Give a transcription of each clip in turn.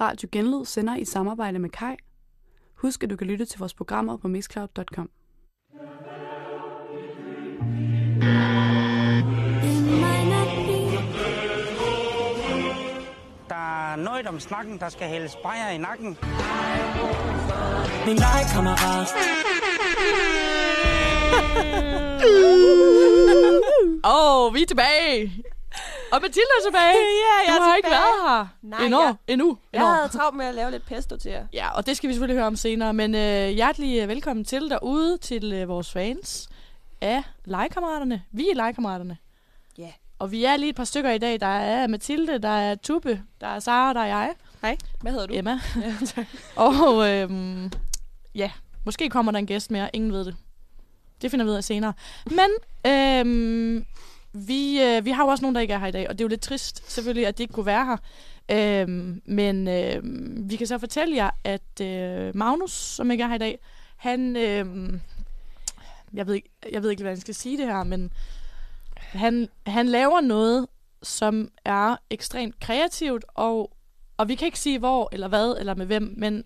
Radio Genlyd sender i samarbejde med Kai. Husk, at du kan lytte til vores programmer på mixcloud.com. Der er noget om snakken, der skal hældes bajer i nakken. Min legekammerat. Åh, oh, vi er tilbage. Og Mathilde er tilbage. Ja, jeg du er har ikke tilbage. været her Nej, endnu. jeg- endnu. Jeg endnu. havde travlt med at lave lidt pesto til jer. Ja, og det skal vi selvfølgelig høre om senere. Men øh, hjertelig øh, velkommen til derude, til øh, vores fans af legekammeraterne. Vi er legekammeraterne. Ja. Og vi er lige et par stykker i dag. Der er Mathilde, der er Tubbe, der er Sara, der er jeg, Hvad hedder du? Emma. og øhm, ja, måske kommer der en gæst mere. Ingen ved det. Det finder vi ud af senere. Men øhm, vi, øh, vi har jo også nogen, der ikke er her i dag, og det er jo lidt trist selvfølgelig, at de ikke kunne være her. Øhm, men øhm, vi kan så fortælle jer, at øh, Magnus, som ikke er her i dag, han... Øhm, jeg, ved ikke, jeg ved ikke, hvad jeg skal sige det her, men han, han laver noget, som er ekstremt kreativt, og, og vi kan ikke sige hvor, eller hvad, eller med hvem, men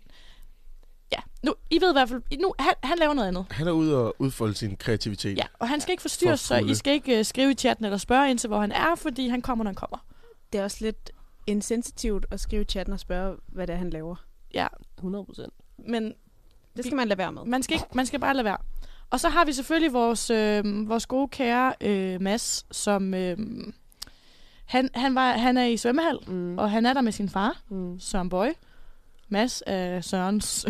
ja, nu, I ved i hvert fald, nu, han, han laver noget andet. Han er ude og udfolde sin kreativitet. Ja, og han skal ikke forstyrres, For så I fulde. skal ikke øh, skrive i chatten eller spørge ind til, hvor han er, fordi han kommer, når han kommer. Det er også lidt insensitivt at skrive i chatten og spørge, hvad det er, han laver. 100 procent. Men Det skal man lade være med. man skal, ikke, man skal bare lade være. Og så har vi selvfølgelig vores, øh, vores gode kære øh, Mads, som øh, han, han, var, han er i svømmehal, Mm. og han er der med sin far, Mm. Søren Boy. Mads er Sørens,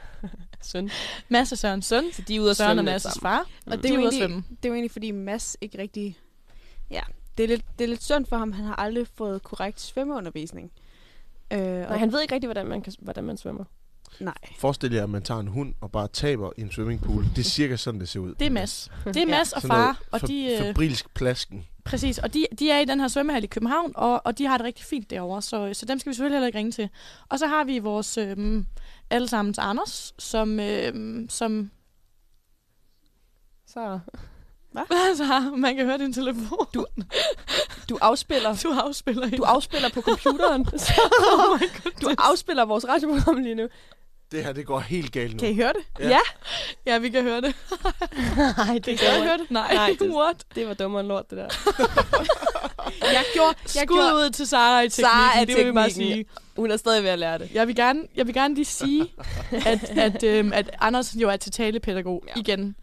Søn. Mads er Sørens søn. Så de er ude og Søren svømme er lidt Mads' sammen. Mm. far. Og De det er er, jo ude at egentlig, svømme. det er jo egentlig, fordi Mads ikke rigtig... Ja, det er lidt, det er lidt synd for ham. Han har aldrig fået korrekt svømmeundervisning. Øh, Nej, han ved ikke rigtigt, hvordan man, kan, hvordan man svømmer. Forestil jer, at man tager en hund og bare taber i en swimmingpool. Det er cirka sådan, det ser ud. Det er Mads. Det er Ja. Mads og Sådan noget far, og fa- de... øh, Fabrilsk plasken. Præcis, og de, de er i den her svømmehal i København, og, og de har det rigtig fint derovre, så, så dem skal vi selvfølgelig heller ikke ringe til. Og så har vi vores øhm, allesammens Anders, som... Øhm, som Så altså, man kan høre din telefon. Du, du afspiller, du afspiller du afspiller på computeren. Så oh my God. du afspiller vores radioprogram lige nu. Det her, det går helt galt nu. Kan I høre det? Ja, vi kan høre det. Nej, det Kan du høre det? Nej, Nej, det- what? Det var dummere end lort, det der. Jeg gjorde... Jeg Skud gjorde ud til Sara i teknikken, Sara er det vil vi bare teknikken. sige. Hun er stadig ved at lære det. Jeg vil gerne, jeg vil gerne lige sige, at, at, øhm, at Anders jo er til talepædagog Ja. ja. igen.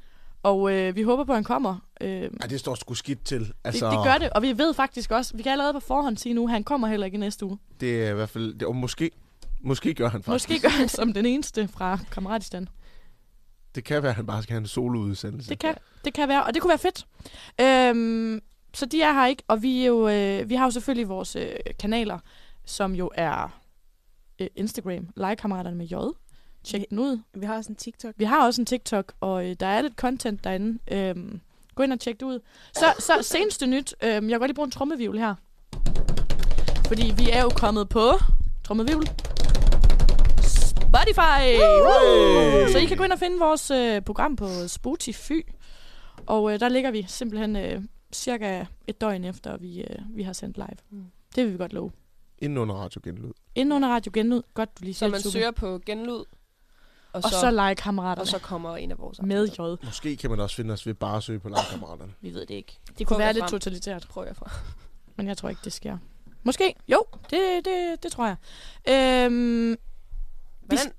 Og øh, vi håber på, at han kommer. Øh, Ej, det står sgu skidt til. Altså, Det, det gør det, og vi ved faktisk også, vi kan allerede på forhånd sige nu, at han kommer heller ikke i næste uge. Det er i hvert fald... Det, og måske, måske gør han faktisk. Måske gør han som den eneste fra Kammeratistan. Det kan være, at han bare skal have en soloudsendelse. Det kan, det kan være, og det kunne være fedt. Øhm, så de er her ikke, og vi, er jo, øh, vi har jo selvfølgelig vores øh, kanaler, som jo er øh, Instagram, legekammeraterne med J. Tjek den ud. Vi har også en TikTok. Vi har også en TikTok, og øh, der er lidt content derinde. Øhm, gå ind og tjek det ud. Så, så seneste nyt. Øhm, jeg kan godt lige bruge en trommevivl her. Fordi vi er jo kommet på trommevivl. Spotify! Woo! Så I kan gå ind og finde vores øh, program på Spotify. Og øh, der ligger vi simpelthen øh, cirka et døgn efter, vi, øh, vi har sendt live. Mm. Det vil vi godt love. Inden under Radio Genlyd. Inden under Radio Genlyd. Godt, du lige Så siger man Tubbe. søger på genlyd, og Og så, så, så legekammeraterne og så kommer en af vores med afsnit. J. Måske kan man også finde os ved bare at søge på lagkammeraterne. Vi ved det ikke. Det kunne Prøv være at lidt frem. totalitært. Prøv jeg fra. Men jeg tror ikke, det sker. Måske. Jo, det, det, det tror jeg. Øhm, Hvordan?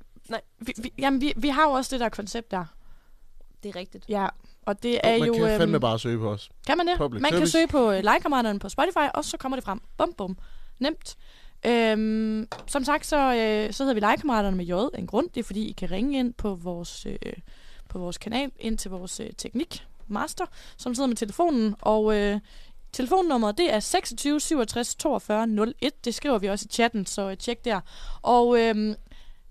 vi, vi, jamen, vi, vi har jo også det der koncept der. Det er rigtigt. Ja, og det er Man jo... øhm, kan fandme bare søge på os. kan man det? Man public kan service. søge på øh, legekammeraterne på Spotify, og så kommer det frem. Bum, bum. Nemt. Øhm, som sagt, så, øh, så hedder vi legekammeraterne med J af en grund. Det er, fordi I kan ringe ind på vores, øh, på vores kanal, ind til vores øh, teknik master, som sidder med telefonen, og... Øh, Telefonnummeret det er 26 67 42 01. Det skriver vi også i chatten, så øh, tjek der. Og øhm,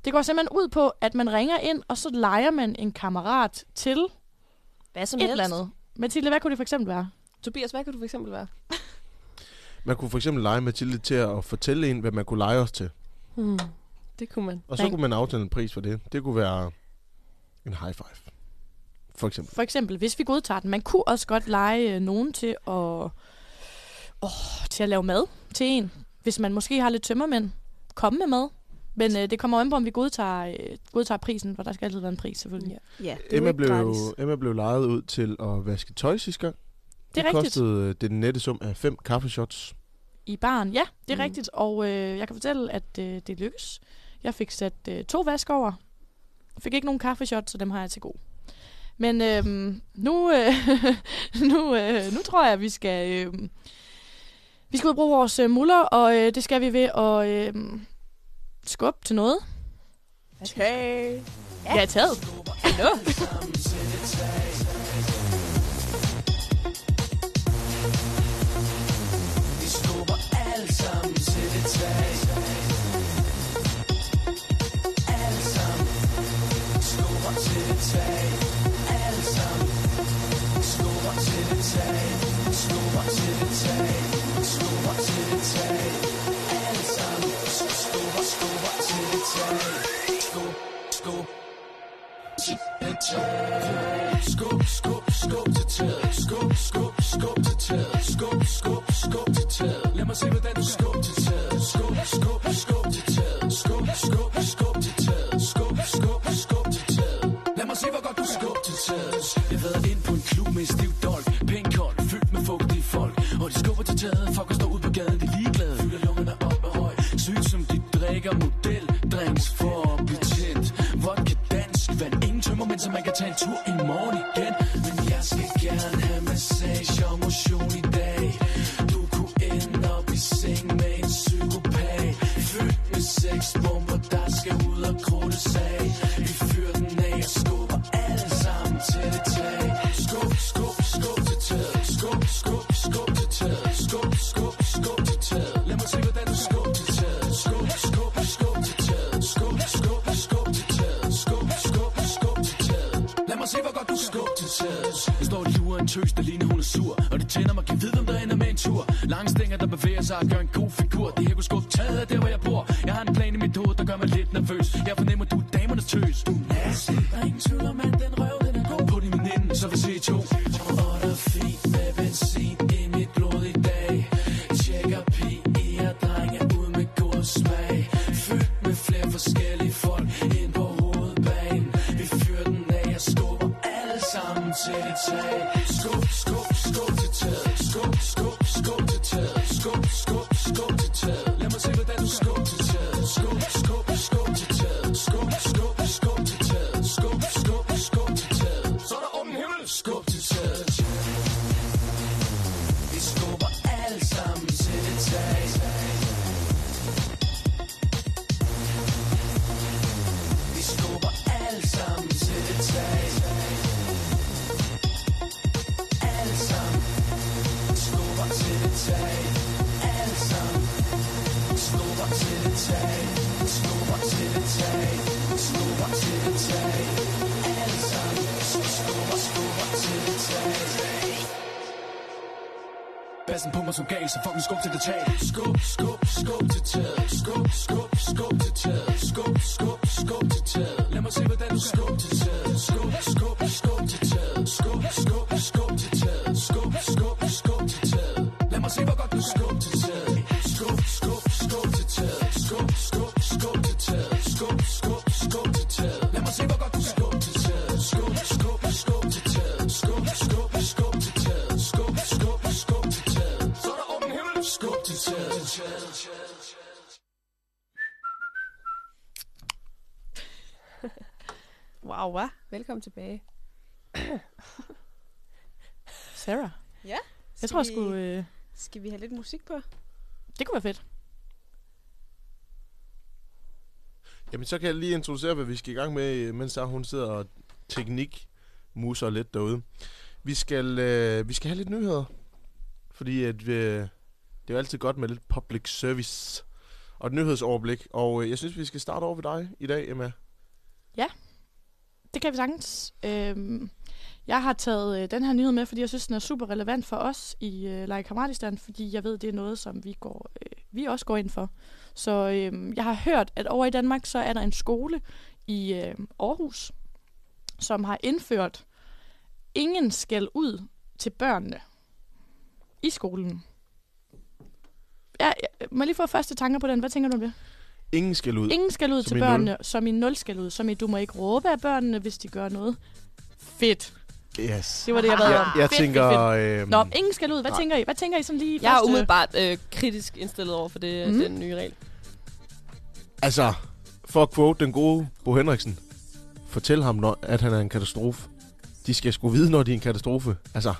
det går simpelthen ud på, at man ringer ind, og så leger man en kammerat til et Hvad som eller andet. Mathilde, hvad kunne det for eksempel være? Tobias, hvad kan du for eksempel være? Man kunne for eksempel lege Mathilde til at fortælle en, hvad man kunne lege os til. Hmm. Det kunne man. Og så Ring. kunne man aftale en pris for det. Det kunne være en high five. For eksempel. For eksempel, hvis vi godtager den, man kunne også godt lege øh, nogen til at, åh, til at lave mad til en. Hvis man måske har lidt tømmermænd, komme med mad. Men øh, det kommer jo an på, om vi godtager, øh, godtager prisen, for der skal altid være en pris, selvfølgelig. Ja. Ja, det er jo Emma ikke blev, gratis. Emma blev lejet ud til at vaske tøj sidste gang. Det er det rigtigt. kostede øh, den nette sum af fem kaffeshots. I baren, ja, det er Mm. mm. rigtigt. Og øh, jeg kan fortælle, at øh, det lykkes. Jeg fik sat øh, to vask over. Fik ikke nogen kaffeshot, så dem har jeg til god. Men øh, nu, øh, nu, øh, nu tror jeg, at vi skal... Øh, vi skal ud og bruge vores øh, muller, og øh, det skal vi ved at øh, skubbe til noget. Tag. Ja, ja taget. Wow, hvad? Velkommen tilbage. Sarah. Jeg Skal tror vi- sgu, øh, Skal vi have lidt musik på? det kunne være fedt. Jamen, så kan jeg lige introducere, hvad vi skal i gang med, øh, mens der hun sidder og teknik muser lidt derude. Vi skal, øh, vi skal have lidt nyheder, fordi at, vi, det er jo altid godt med lidt public service og et nyhedsoverblik. Og øh, jeg synes, vi skal starte over ved dig i dag, Emma. Det kan vi sagtens. Øhm, jeg har taget øh, den her nyhed med, fordi jeg synes, den er super relevant for os i øh, Lejre Kamratistan, fordi jeg ved, det er noget, som vi, går, øh, vi også går ind for. Så øhm, jeg har hørt, at over i Danmark, så er der en skole i øh, Aarhus, som har indført ingen skæld ud til børnene i skolen. Ja, ja, må jeg lige få første tanker på den? Hvad tænker du om det? Ingen skal ud. Ingen skal ud Som til i nul. børnene, som i nul skal ud. Som i, du må ikke råbe af børnene, hvis de gør noget. Fedt. Yes. Det var det, jeg var- Jeg, jeg Fedt, fedt, tænker... fedt. øhm, Nå, ingen skal ud. Hvad nej. tænker I? Hvad tænker I sådan lige Jeg er første- umiddelbart øh, kritisk indstillet over for det, Mm-hmm. Mhm. mm. den nye regel. Altså, for at quote den gode Bo Henriksen. Fortæl ham, når, at han er en katastrofe. De skal sgu vide, når de er en katastrofe. Altså,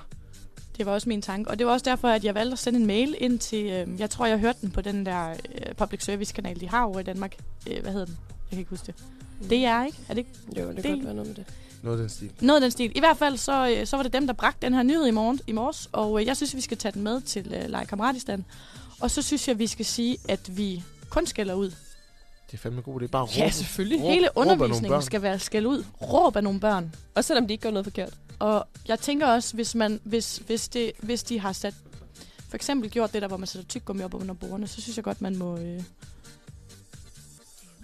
Det var også min tanke, og det var også derfor, at jeg valgte at sende en mail ind til, øh, jeg tror, jeg hørte den på den der øh, public service-kanal, de har over i Danmark. Øh, hvad hedder den? Jeg kan ikke huske det. Det er ikke? Er det ikke? Mm. Jo, det kan godt være noget med det. noget af den stil. Noget af den stil. I hvert fald, så, øh, så var det dem, der bragte den her nyhed i, morgen, i morges, og øh, jeg synes, vi skal tage den med til øh, Lege Kammeratistan. Og så synes jeg, vi skal sige, at vi kun skælder ud. Det er fandme god idé. Bare råb. Ja, selvfølgelig. Råb- Hele råb af nogle undervisningen børn. skal være skæld ud. Råb af nogle børn. Også selvom de ikke gør noget forkert. Og jeg tænker også, hvis, man, hvis, hvis, det, hvis de har sat for eksempel gjort det der, hvor man sætter tyggegummi op under bordene, så synes jeg godt, man må øh,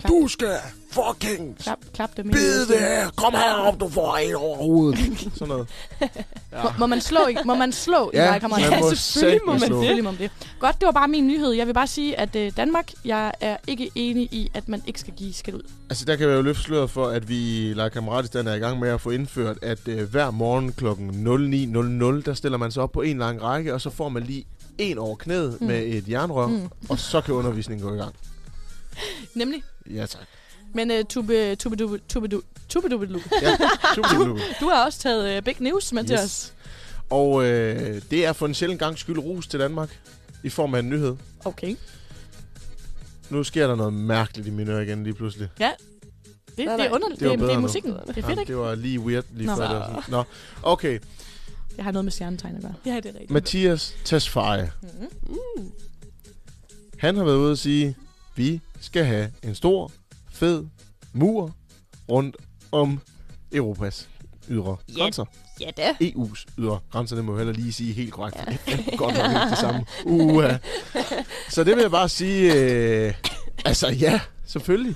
Du skal fucking klap, klap dem i bide det hovedet. her. Kom herop, du får en over hovedet. Sådan noget. Må, må, man slå, i- må man slå i Ja, vejkammerater? man må selvfølgelig satme må man slå. selvfølgelig må man det. Godt, det var bare min nyhed. Jeg vil bare sige, at øh, Danmark, jeg er ikke enig i, at man ikke skal give skæld ud. Altså, der kan jeg jo løfte sløret for, at vi i La Kammeratstand er i gang med at få indført, at øh, hver morgen kl. 09.00, der stiller man sig op på en lang række, og så får man lige en over knæet Mm. mm. med et jernrør, mm. Mm. og så kan undervisningen gå i gang. Nemlig. Ja, tak. Men øh, tube, tube, tube, tube, tube, tube, tube, tube, Ja, super, super. du har også taget øh, Big News med yes. til Yes. os. Og øh, det er for en sjældent gang skyld rus til Danmark i form af en nyhed. Okay. Nu sker der noget mærkeligt i mine ører igen lige pludselig. Det, det Nej, er nej. underligt. Det var Det, det, det bedre er nu. musikken. Det er fedt, Ja, ikke? det var lige weird lige Nå. Nå. før. Det var sådan. Nå, okay. Jeg har noget med stjernetegn at gøre. Ja, det er rigtigt. Mm. Mathias Tesfaye. Mm-hmm. Han har været ude at sige, vi skal have en stor, fed mur rundt om Europas ydre Ja. grænser. Ja da. EU's E ydre grænser, det må jeg heller lige sige helt korrekt, for det er godt nok ikke det samme. Uha. Så det vil jeg bare sige, øh, altså ja, selvfølgelig.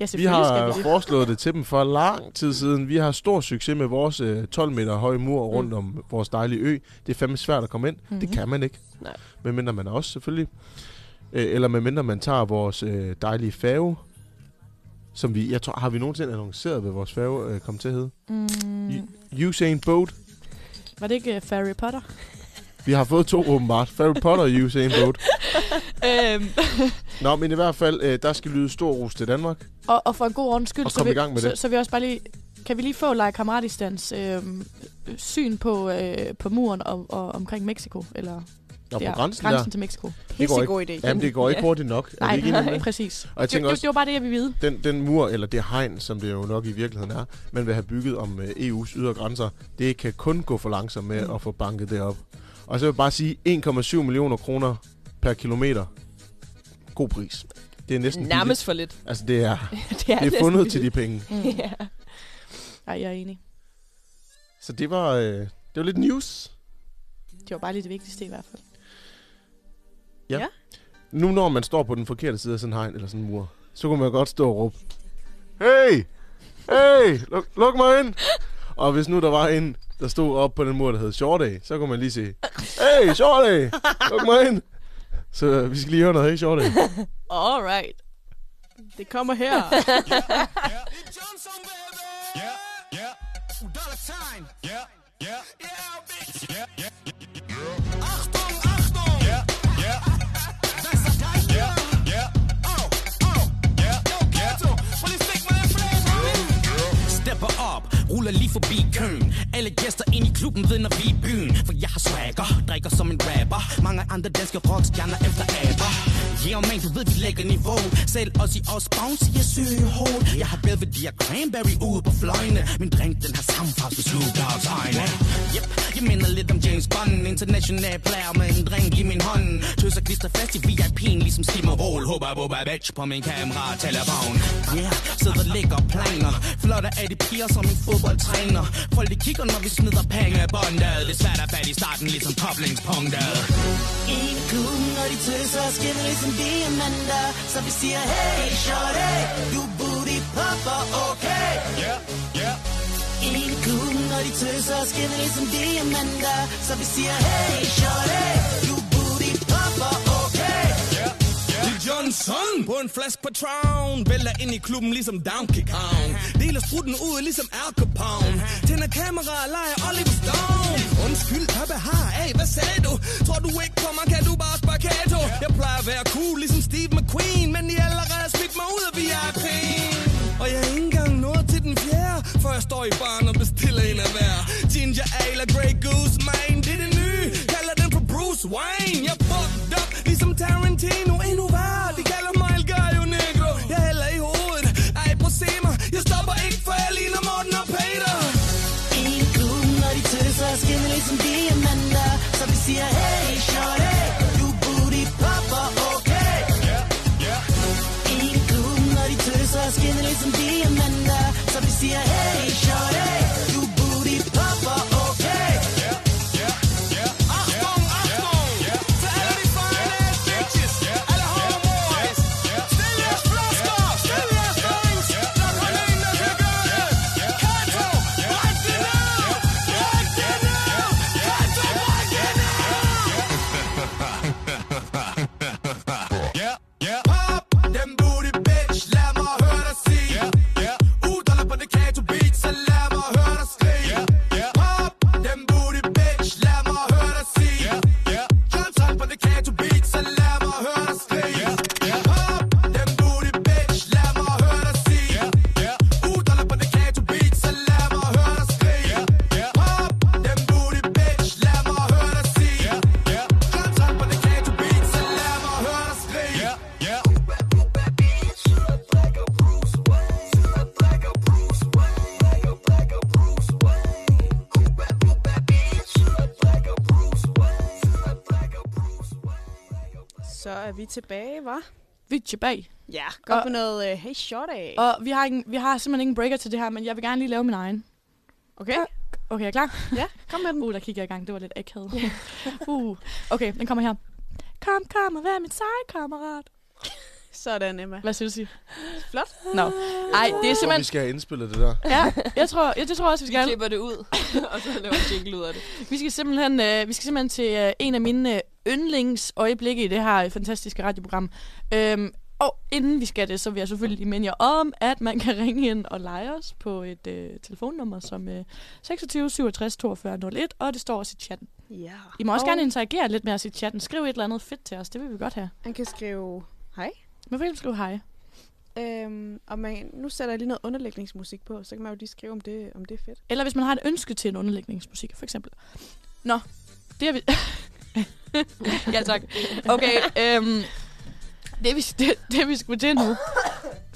Ja, Vi selvfølgelig skal vi har det. foreslået det til dem for lang tid siden. Vi har stor succes med vores øh, 12 meter høje mur rundt om vores dejlige ø. Det er fandme svært at komme ind. Mm-hmm. Det Mm. Mhm. kan man ikke. Nej. Medmindre man er også selvfølgelig. Øh, eller medmindre man tager vores øh, dejlige færge. Som vi, jeg tror, har vi nogensinde annonceret, hvad vores færge øh, kom til at hedde? Mm, Mm. Usain Boat. var det ikke uh, Harry Potter? Vi har fået to åbenbart. Harry Potter og Usain Boat. øhm. Nå, men i hvert fald, øh, der skal lyde stor ros til Danmark. og, og for en god ordens skyld, Og så, kom vi, i gang med så, det. så vi også bare lige... Kan vi lige få Leia Kamratistans øhm, syn på, øh, på muren og, og omkring Mexico? Eller Og på der, grænsen, grænsen der. til Mexico? Det går Pissegod idé. ikke, jamen, det går ikke Ja. hurtigt nok. Er Nej, vi ikke enige om det? præcis. Og jeg Det, tænker det, også, det var bare det, jeg ville vide. den, den mur, eller det hegn, som det jo nok i virkeligheden er, man vil have bygget om øh, EU's ydre grænser, det kan kun gå for langsomt med Mm. mm. at få banket det op. Og så vil jeg bare sige, 1,7 millioner kroner per kilometer. God pris. Det er næsten Nærmest for lidt. billigt. Altså, det er, det er, det er fundet til de penge. Mm. ja. Ej, jeg er enig. Så det var, øh, det var lidt news. Det var bare lige det vigtigste i hvert fald. Nu når man står på den forkerte side af sådan en hegn, eller sådan en mur, så kunne man godt stå og råbe, Hey! Hey! Luk, luk mig ind! Og hvis nu der var en, der stod op på den mur, der hed Shorty, så kunne man lige sige, Hey, Shorty! Luk mig ind! Så øh, vi skal lige høre noget, hey, Shorty. All right. Det kommer her. Stepper op, ruller lige forbi køen Alle gæster ind i klubben ved, når vi er i byen For jeg har swagger, drikker som en rapper Mange andre danske rockstjerner efter aber Yeah man, du ved, vi lægger niveau Selv os i os bounce, jeg søger hold Jeg har Belvedere Cranberry ude på fløjene Min drink, den har samme farve som Snoop Dogg's øjne Yep, jeg minder lidt om James Bond International player med en drink i min hånd Tøs og klister fast i VIP'en ligesom Stim og Roll Håber, håber, bitch på min kamera og telefon Yeah, sidder ligger planer Flotter er de piger som en fodboldtræner Folk de kigger, når vi smider penge af båndet Det er svært at fat i starten, ligesom koblingspunktet I klubben, når de tøser, skinner ligesom diamanter Så vi siger, hey, shorty, du booty popper, okay i klubben, når de tøser, skinner ligesom diamanter Så vi siger, hey, shorty, you booty popper, okay? Yeah, yeah. Johnson På en flaske Patron Vælter ind i klubben ligesom Donkey Kong Deler strutten ud ligesom Al Capone Tænder kameraer og leger Oliver Stone Undskyld, hvad behar af? Hvad sagde du? Tror du ikke på mig? Kan du bare spakato? Jeg plejer at være cool ligesom Steve McQueen Men de har allerede smidt mig ud af VIP'en og jeg er ikke engang nået til den fjerde For jeg står i baren og bestiller en af hver Ginger ale og Grey Goose, man Det er det nye, kalder den for Bruce Wayne Jeg er fucked up, ligesom Tarantino Endnu værre, de kalder mig El Gallo Negro Jeg hælder i hovedet, ej prøv se mig Jeg stopper ikke, for jeg ligner Morten og Peter En klub, når de tøser og skinner ligesom diamanter Så vi siger, hey shorty, du booty popper, okay En klub, når de tøser og skinner ligesom diamanter Så vi siger, hey shorty, du booty popper, okay Achtung, Achtung, til alle de fine ass bitches, alle homoboys Stil jeres flasker, stil jeres drinks, der kommer en, der kan gøre det Kato, bræk det ned, bræk det ned, Kato, bræk det ned Yeah, yeah Pop, den booty bitch, lad mig høre dig sige Yeah, yeah Uderne på det Kato beat, så lad mig høre dig skrige Yeah, yeah Pop, den booty bitch, lad mig høre dig sige Yeah, yeah Johnson på det Kato beat, så lad mig høre dig skrige Yeah, yeah Pop, den booty bitch, lad mig høre dig sige Yeah, yeah Uderne på det Kato beat, så lad mig høre dig skrige Yeah, yeah Pop, den booty bitch, lad mig høre dig sige Yeah, yeah Johnson på det Kato beat, så lad mig høre dig skrige Yeah, yeah Så er vi tilbage, hva'? Vi er tilbage. Ja, godt Og- på noget øh, hey short af. Og vi har, ingen, vi har simpelthen ingen breaker til det her, men jeg vil gerne lige lave min egen. Okay. Okay, er I klar? Ja, kom med den. Uh, der kigger jeg i gang. Det var lidt akavet. uh. Okay, den kommer her. Kom, kom og vær min seje kammerat. Sådan, Emma. Hvad synes I? Flot. Nå. Ej, det er Jeg tror, vi simpelthen... skal have indspillet det der. Ja, jeg tror, ja, det tror jeg også, vi Vi skal. klipper det ud, og så laver vi jingle ud af det. Vi skal simpelthen, øh, vi skal simpelthen til øh, en af mine øh, yndlingsøjeblikke i det her fantastiske radioprogram. Øhm, og inden vi skal det, så vil jeg selvfølgelig lige minde jer om, at man kan ringe ind og lege os på et øh, telefonnummer som øh, 26 67 42 01, og det står også i chatten. Ja. I må også Og gerne interagere lidt med os i chatten. Skriv et eller andet fedt til os, det vil vi godt have. Man kan skrive hej. Men for eksempel skriv hej. Øhm, og man, nu sætter jeg lige noget underlægningsmusik på, så kan man jo lige skrive, om det, om det er fedt. Eller hvis man har et ønske til en underlægningsmusik, for eksempel. Nå, det er vi... ja, tak. Okay, øhm, det, vi, det, det vi skulle til nu,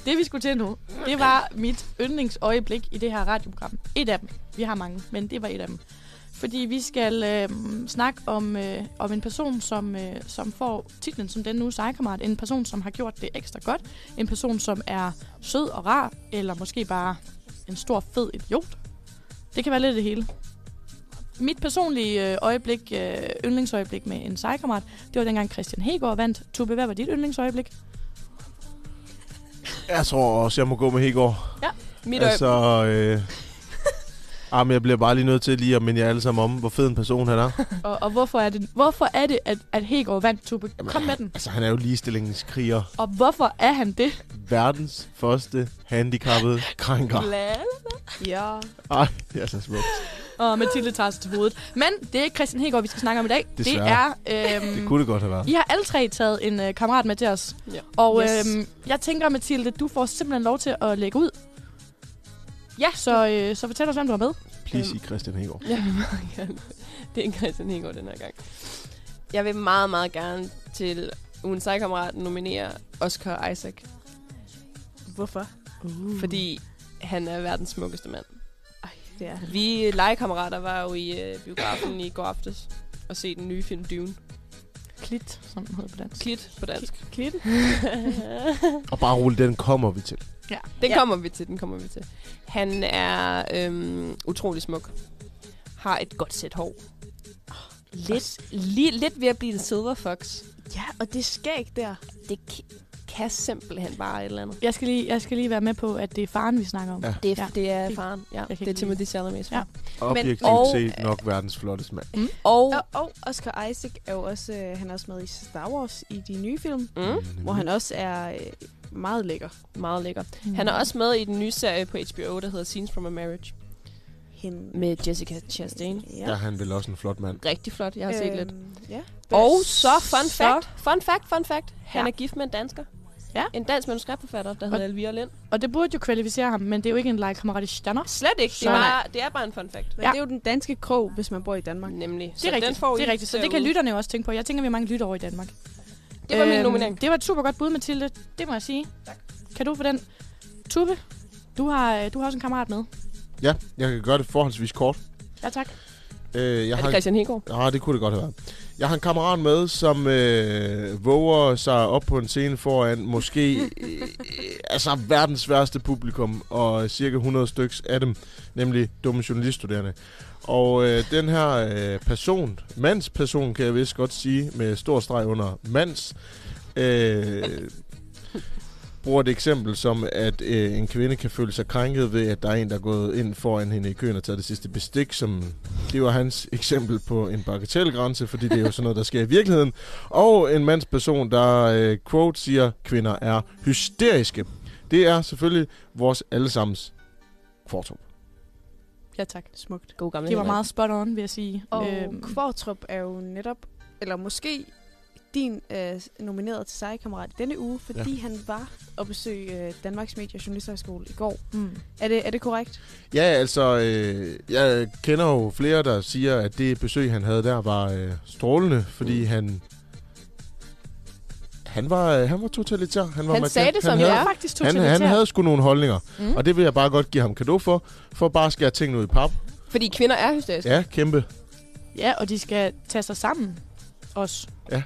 det vi skulle til nu, det var mit yndlingsøjeblik i det her radioprogram. Et af dem. Vi har mange, men det var et af dem. Fordi vi skal øhm, snakke om, øh, om en person, som, øh, som får titlen som den nu sejkammerat. En person, som har gjort det ekstra godt. En person, som er sød og rar, eller måske bare en stor, fed idiot. Det kan være lidt af det hele. Mit personlige øh, øjeblik, øh, yndlingsøjeblik med en sejkammerat, det var dengang Christian Hegård vandt. Tube, hvad var dit yndlingsøjeblik? Jeg tror også, jeg må gå med Hegård. Mit altså, Altså, øh... Jamen, jeg bliver bare lige nødt til lige at minde jer alle sammen om, hvor fed en person han er. Og, og hvorfor er det, hvorfor er det at, at Hegård vandt Tube? Kom med den. Altså, han er jo ligestillingskriger. Og hvorfor er han det? Verdens første handicappede krænker. Ja. Ej, det er så smukt. Og Mathilde tager sig til hovedet. Men det er ikke Christian Hegård, vi skal snakke om i dag. Desværre. Det er... Øhm, Det kunne det godt have været. I har alle tre taget en øh, kammerat med til os. Ja. Og Yes. øhm, jeg tænker, Mathilde, du får simpelthen lov til at lægge ud. Ja, så, øh, så fortæl os, hvem du har med. Please, I Christian Hegård. Jeg vil meget gerne. Det er en Christian Hengård den her gang. Jeg vil meget, meget gerne til ugens sejkammerat nominere Oscar Isaac, Hvorfor? mm. fordi han er verdens smukkeste mand. Ej, det er Vi legekammerater var jo i øh, biografen i går aftes og se den nye film Dune. Klit, som den hedder på dansk. Klit på dansk. Klit. Og bare rulle, den kommer vi til. Den Ja. ja. kommer vi til, den kommer vi til. Han er øhm, utrolig smuk. Har et godt sæt hår. Lidt, li, lidt ved at blive en silver fox. Ja, og det skæg der. Det, ki- kan simpelthen bare et eller andet. Jeg skal, lige, jeg skal lige være med på, at det er faren, vi snakker om. Ja. Det er, ja. det er faren. Ja, Jeg kan det er ikke lide Timothy Chalamet's far. Ja. Objektivt og- set nok verdens flotteste mand. Mm. Og Og, og Oscar Isaac er jo også, øh, han er også med i Star Wars i de nye film, mm. mm, hvor han også er øh, meget lækker. meget lækker. Han er også med i den nye serie på HBO, der hedder Scenes from a Marriage. Hende. Med Jessica Chastain. Ja. Der er han vel også en flot mand. Rigtig flot, jeg har set lidt. Ja. Og så, fun Så- fact, fun fact, fun fact. Han Ja. er gift med en dansker. Ja. En dansk manuskriptforfatter, der hedder Elvira Lind. Og det burde jo kvalificere ham, men det er jo ikke en legekammerat i Stanner. Slet ikke. Det er, Nej. bare, det er bare en fun fact. Men ja. det er jo den danske krog, hvis man bor i Danmark. Nemlig. Det er, rigtigt. Den får det er I rigtigt, så det kan derude. lytterne jo også tænke på. Jeg tænker, vi har mange lytter over i Danmark. Det var min Øhm, nominering. Det var et super godt bud, Mathilde. Det må jeg sige. Tak. Kan du få den? Tube, du har, øh, du har også en kammerat med. Ja, jeg kan gøre det forholdsvis kort. Ja, tak. Øh, jeg Er har det Christian Hegård? Ah, det kunne det godt have været. Jeg har en kammerat med, som øh, våger sig op på en scene foran måske øh, altså verdens værste publikum, og cirka 100 styks af dem, nemlig dumme journaliststuderende. Og øh, den her øh, person, mandsperson kan jeg vist godt sige, med stor streg under mands, øh, bruger et eksempel som, at øh, en kvinde kan føle sig krænket ved, at der er en, der er gået ind foran hende i køen og taget det sidste bestik, som det var hans eksempel på en bagatellgrænse, fordi det er jo sådan noget, der sker i virkeligheden. Og en mandsperson, der øh, quote siger, kvinder er hysteriske. Det er selvfølgelig vores allesammens fortog. Ja, tak. Smukt. God gammel Det var Henrik. meget spot on, vil jeg sige. Og Øhm, øhm. Kvartrup er jo netop, eller måske din øh, nomineret til sejkammerat denne uge, fordi ja. han var og besøge øh, Danmarks Medie- og Journalisterhøjskole i går. mm. Er det, er det korrekt? Ja, altså, øh, jeg kender jo flere, der siger, at det besøg, han havde der, var øh, strålende, fordi han... Han var, øh, han var totalitær. Han, var Han markant. sagde det, som han jeg havde, er. Faktisk han, totalitær. han havde sgu nogle holdninger, Mm. mm. og det vil jeg bare godt give ham kado for, for bare at skære tingene ud i pap. Fordi kvinder er hysteriske. Ja, kæmpe. Ja, og de skal tage sig sammen. Også. Ja.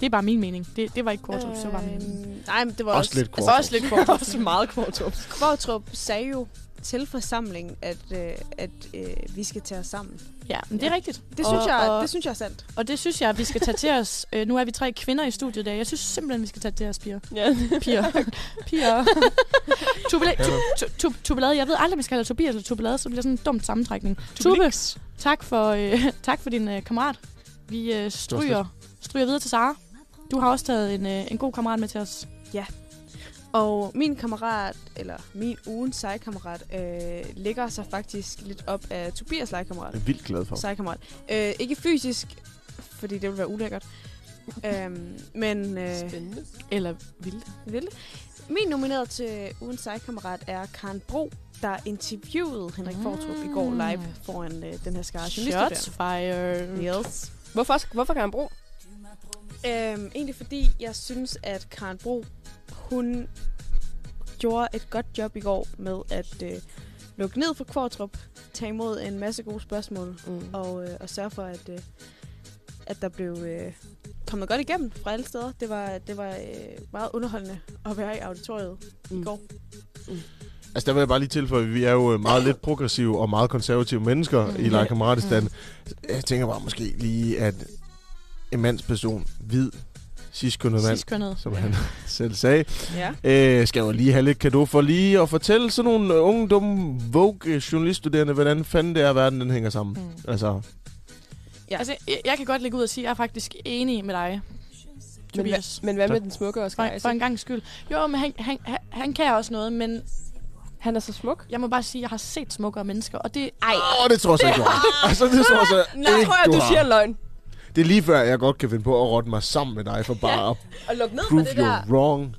Det er bare min mening. Det, det var ikke Kortrup, øh, så var min mening. Øhm, Nej, men det var Også også, lidt altså, Kvartrup. også lidt Det er Kvartrup. også meget kvartums. Kvartrup sagde jo til forsamlingen, at, øh, at øh, vi skal tage os sammen. Ja, men det er rigtigt. Det synes, og, jeg, Og, det synes jeg er sandt. og det synes jeg, at vi skal tage til os. Øh, nu er vi tre kvinder i studiet i dag. Jeg synes simpelthen, vi skal tage til os, piger. Ja. Piger. piger. Tubela- tu- tu- tu- Tubelade. Jeg ved aldrig, om jeg skal have Tobias eller Tubelade, så det bliver sådan en dumt sammentrækning. Tube, tak for, øh, tak for din øh, kammerat. Vi øh, stryger, stryger videre til Sara. Du har også taget en, øh, en god kammerat med til os. Og min kammerat, eller min ugens sejkammerat, øh, ligger sig faktisk lidt op af Tobias legekammerat. Jeg er vildt glad for. Sejkammerat. Øh, ikke fysisk, fordi det ville være ulækkert. øhm, men øh, Spændende. Eller vildt. vil det. Min nomineret til ugens sejkammerat er Karen Bro, der interviewede Henrik Mm. Fortrup i går live foran øh, den her skare Shots journalister. fired. Yes. Hvorfor, hvorfor kan han bruge? Øhm, egentlig fordi jeg synes, at Karen Bro, hun gjorde et godt job i går med at øh, lukke ned for Kvartrup, tage imod en masse gode spørgsmål Mm. og, øh, og sørge for, at, øh, at der blev øh, kommet godt igennem fra alle steder. Det var, det var øh, meget underholdende at være i auditoriet mm. i går. Altså, der vil jeg bare lige tilføje, at vi er jo øh, meget lidt progressive og meget konservative mennesker mm. i legekammeratestanden. Jeg tænker bare måske lige, at en mandsperson, hvid, sidstkønnet mand, Sidstkønnet. som han selv sagde, Ja. øh, skal jo lige have lidt kado for lige at fortælle sådan nogle øh, unge, dumme, vogue øh, journaliststuderende, hvordan fanden det er, at verden den hænger sammen. Mm. Mm. Altså, Ja. Altså, jeg, jeg kan godt lægge ud og sige, at jeg er faktisk enig med dig. Men, hva, Tobias. men hvad med Tak. den smukke Oscar Altså- For, for Isaac? en gang skyld. Jo, men han, han, han, han kan også noget, men Han er så smuk. jeg må bare sige, at jeg har set smukkere mennesker, og det... Ej. åh, det tror jeg så ikke, du har. Altså, det tror jeg så ikke, Nej, tror jeg, du har. siger løgn. Det er lige før, jeg godt kan finde på at rotte mig sammen med dig for bare ja. at Og luk ned for prove det der. you're wrong.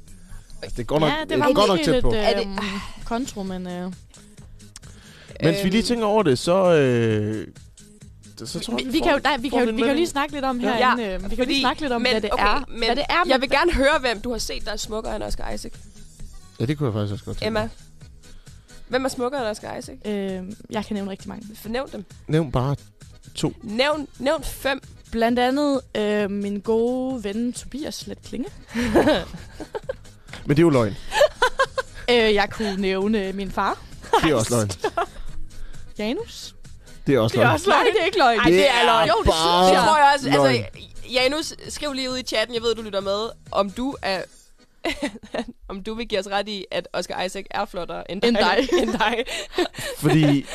Altså, det er godt nok, ja, det er godt nok tæt på. Er det- øhm, kontro, men øh, Mens vi lige tænker over det, så... Øh, d- så tror vi, jeg, vi, får- kan jo, nej, vi, får kan jo, en vi kan jo melding. lige snakke lidt om Ja. herinde. Øh, vi kan jo lige fordi- snakke lidt om, hvad det okay, er. Men hvad det er, jeg man- vil gerne høre, hvem du har set, der er smukkere end Oscar Isaac. Ja, det kunne jeg faktisk også godt tænke Emma. mig. Hvem er smukkere end Oscar Isaac? Øh, jeg kan nævne rigtig mange. Nævn dem. Nævn bare to. Øhm, Nævn, nævn fem. Blandt andet øh, min gode ven Tobias Let Klinge. Men det er jo løgn. Øh, jeg kunne nævne min far, Det er også løgn. Janus. Det er også løgn. Nej, det er ikke løgn. Ej, det er løgn. Jo, det synes Det jeg. tror jeg også. Altså, løgn. Janus, skriv lige ud i chatten, jeg ved, du lytter med, om du er om du vil give os ret i, at Oscar Isaac er flottere end dig. End dig. end dig. Fordi,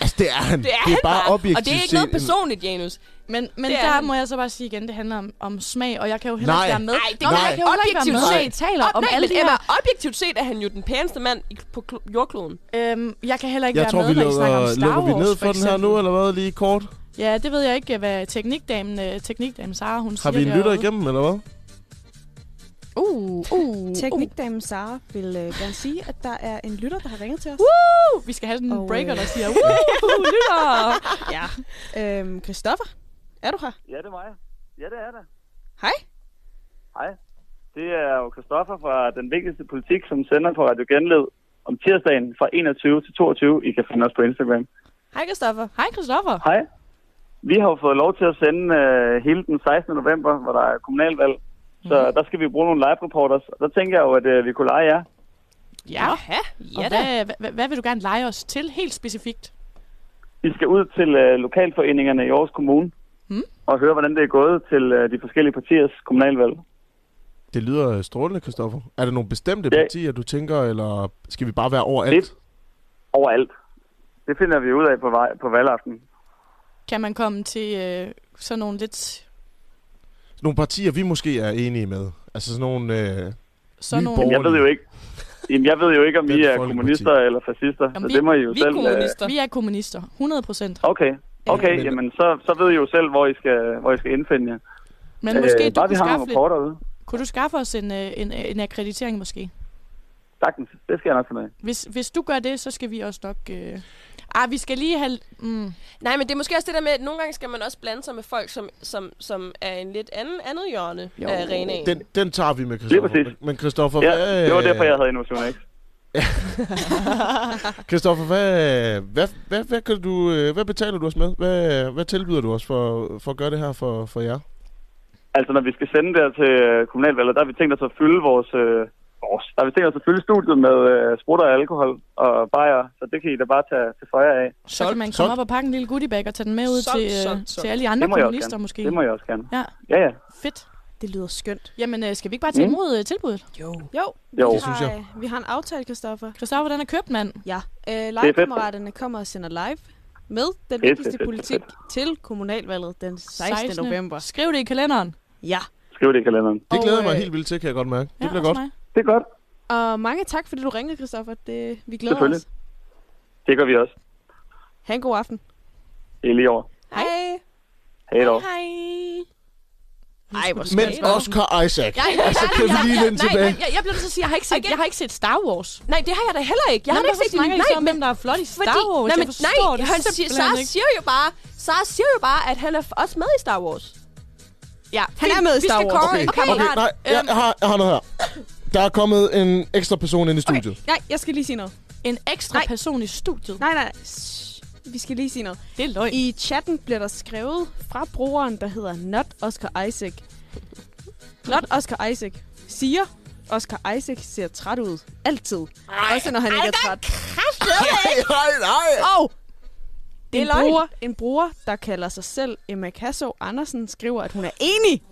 altså det er han. Det er, det han er bare objektivt Og det er ikke set noget en- personligt, Janus. Men, men Det er der han. må jeg så bare sige igen, det handler om, om smag, og jeg kan jo heller Nej. ikke være med. Nej, det Nå, men nej. jeg kan jo heller ikke være Objektivt med. set. Jeg taler om nej, alle men de her. Emma, objektivt set er han jo den pæneste mand i, på kl- jordkloden. Øhm, jeg kan heller ikke Jeg være tror, med, vi når I snakker om lukker, Star lukker Wars, vi ned for, den her eksempel. nu, eller hvad, lige kort? Ja, det ved jeg ikke, hvad teknikdamen, øh, teknikdamen Sara, hun Har siger vi en lytter derude. igennem, eller hvad? Uh, uh, Teknikdamen Sara vil øh, gerne sige, at der er en lytter, der har ringet til os. uh. Vi skal have sådan en Og, breaker, øh, der siger, uh, lytter! Ja. Øhm, Christoffer, er du her? Ja, det er mig. Ja, det er det. Hej. Hej. Det er jo Christoffer fra Den Vigtigste Politik, som sender på Radio Genled om tirsdagen fra 21 til 22. I kan finde os på Instagram. Hej, Christoffer. Hej, Christoffer. Hej. Vi har jo fået lov til at sende øh, hele den 16. november, hvor der er kommunalvalg. Så der skal vi bruge nogle live-reporters. Og der tænker jeg jo, at øh, vi kunne lege jer. Ja, Aha, og ja da. hvad, hvad, hvad vil du gerne lege os til, helt specifikt? I skal ud til øh, lokalforeningerne i Aarhus Kommune Mm. og høre, hvordan det er gået til øh, de forskellige partiers kommunalvalg. Det lyder øh, strålende, Kristoffer. Er der nogle bestemte Ja. partier, du tænker, eller skal vi bare være overalt? Lidt. Overalt. Det finder vi ud af på, vej, på valgaften. Kan man komme til øh, sådan nogle lidt... Nogle partier, vi måske er enige med. Altså sådan nogle... Øh, Sådan Nye nogle... Jamen, jeg ved jo ikke. Jamen, jeg ved jo ikke, om I Dansk er Folkeparti. kommunister eller fascister, Jamen, så vi- det må I jo Vi er selv... øh, kommunister. Vi er kommunister, 100 procent. Okay, okay, Men- jamen så, så ved I jo selv, hvor I skal, hvor I skal indfinde jer. Men måske du Øh, bare vi kunne har nogle skaffe, lidt, rapporter ude. kunne du skaffe os en, øh, en, en akkreditering måske? Sagtens, det skal jeg nok finde ud af. Hvis, hvis du gør det, så skal vi også nok... Øh... Ah, vi skal lige have... Mm. Nej, men det er måske også det der med, at nogle gange skal man også blande sig med folk, som, som, som er en lidt anden, andet hjørne Jo. jo. af arenaen. den, den tager vi med, Kristoffer. præcis. Men- Men Kristoffer, Ja, hvad, det var derfor, jeg havde Innovation X. Kristoffer, øh, hvad, hvad, hvad, hvad, kan du, øh, hvad betaler du os med? Hvad, hvad tilbyder du os for, for at gøre det her for, for jer? Altså, når vi skal sende der til øh, kommunalvalget, der har vi tænkt os at fylde vores... Øh, vores der har vi tænkt os at fylde studiet med øh, sprutter og alkohol og bajer, så det kan I da bare tage til føje af. Så kan man komme solgt. op og pakke en lille goodiebag og tage den med ud Solgt, til, øh, solgt, solgt. til alle de andre Det må jeg også kommunister gerne. måske. Det må jeg også gerne. Ja. Ja, ja. Fedt. Det lyder skønt. Jamen, øh, skal vi ikke bare tage Mm. imod øh, tilbuddet? Jo, Jo. vi, Det synes har, jeg. øh, vi har en aftale, Christoffer. Christoffer, den er købt, mand. Ja. Øh, fedt. Legekammeraterne kommer og sender live med den fedt, vigtigste fedt, politik til kommunalvalget den 16. 16. november. Skriv det i kalenderen. Ja. Skriv det i kalenderen. Det Og, glæder jeg mig øh, helt vildt til, kan jeg godt mærke. Det Ja, bliver også godt. mig. Det er godt. Og mange tak, fordi du ringede, Christoffer. Det, vi glæder Selvfølgelig. os. Det gør vi også. Ha' en god aften. Det er lige over. Hej. Hej. Hej dog. Hej. Ej, hvor Men skægt. Oscar Isaac. Jeg, jeg, Så altså, kan vi lige vende Nej, tilbage. jeg, jeg, jeg bliver nødt til at sige, jeg har ikke set, Okay. jeg har ikke set Star Wars. nej, det har jeg da heller ikke. Jeg Nå, har da hvorfor ikke set snakker I så Nej, om, hvem der er flot i Star Wars? nej, Jeg men, forstår nej, det han siger, simpelthen Sara ikke. siger jo bare, Sara siger jo bare, at han er f- også med i Star Wars. Ja, Han er med i vi Star skal Wars. kåre Øhm. Okay, okay, okay en kammerat. nej, jeg, jeg, har, jeg har noget her. Der er kommet en ekstra person ind i studiet. Okay. Nej, jeg skal lige sige noget. En ekstra Nej. person i studiet. Nej, nej. Shh. Vi skal lige sige noget. Det er løgn. I chatten bliver der skrevet fra brugeren, der hedder Not Oscar Isaac. Not Oscar Isaac siger, Oscar Isaac ser træt ud. Altid. Ej, Også når han ikke er træt. Nej, nej. Og er en løgn. bruger, en bruger, der kalder sig selv Emma Casso Andersen, skriver, at hun er enig.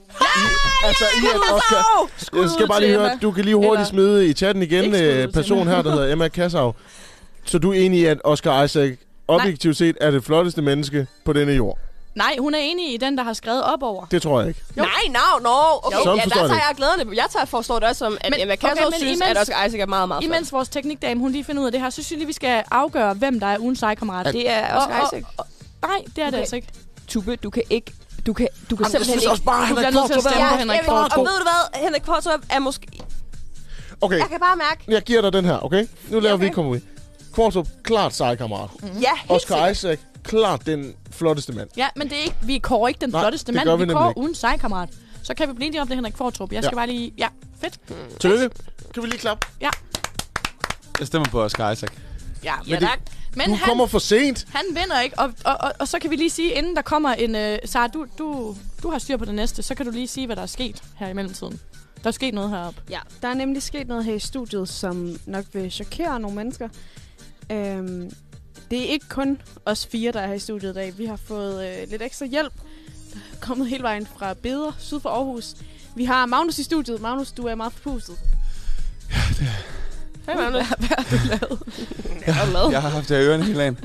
Altså, I er Oscar. Jeg skal bare lige høre, du kan lige hurtigt smide i chatten igen Ikke skud øh, til person her, der hedder Emma Kassav. Så du er enig i, at Oscar Isaac objektivt set er det flotteste menneske på denne jord? Nej, hun er enig i den, der har skrevet op over. Det tror jeg ikke. Nej, no, no. Okay, Jo. Sådan ja, forstår der jeg tager jeg glæderne. Jeg tager forstår det også som, at Men- Emma Kassel okay, men synes, imens- at Oscar Isaac er meget, meget flot. Imens vores teknikdame, hun lige finder ud af det her, så synes jeg lige, vi skal afgøre, hvem der er ugens sejkammerat. Det er Oscar Isaac. og, nej, det er det Okay. altså ikke. Tube, du kan ikke... Du kan, du kan simpelthen ikke... bare, Du bliver nødt til at stemme på Henrik Emma, Kvartrup. Og ved du hvad, Henrik Kvartrup er måske... Okay, Jeg kan bare mærke, jeg giver dig den her, okay? Nu laver Okay. vi kommer vi. Kvartrup, klart sej, kammerat. Mm. ja, helt Oscar Isaac, klart den flotteste mand. Ja, men det er ikke, vi kårer ikke den Nej, flotteste det mand, gør vi vi, nemlig kårer ikke. ugen sejkammerat. Så kan vi blive enige om det, Henrik Fortrup. Jeg skal Ja. bare lige... Ja, fedt. Tillykke. Kan vi lige klappe? Jeg stemmer på Oscar Isaac. Ja, men, Men ja, det- tak. men Du han, kommer for sent. han vinder ikke, og, og, og, og, så kan vi lige sige, inden der kommer en... Øh, Sara, du, du, du har styr på det næste, så kan du lige sige, hvad der er sket her i mellemtiden. Der er sket noget heroppe. Ja, der er nemlig sket noget her i studiet, som nok vil chokere nogle mennesker. Øhm, det er ikke kun os fire, der er her i studiet i dag. Vi har fået øh, lidt ekstra hjælp. Der er kommet hele vejen fra Beder, syd for Aarhus. Vi har Magnus i studiet. Magnus, du er meget forpustet. Hvad, Magnus? Hvad, hvad har du lavet? Jeg, har lavet. jeg har haft det i ørerne hele dagen.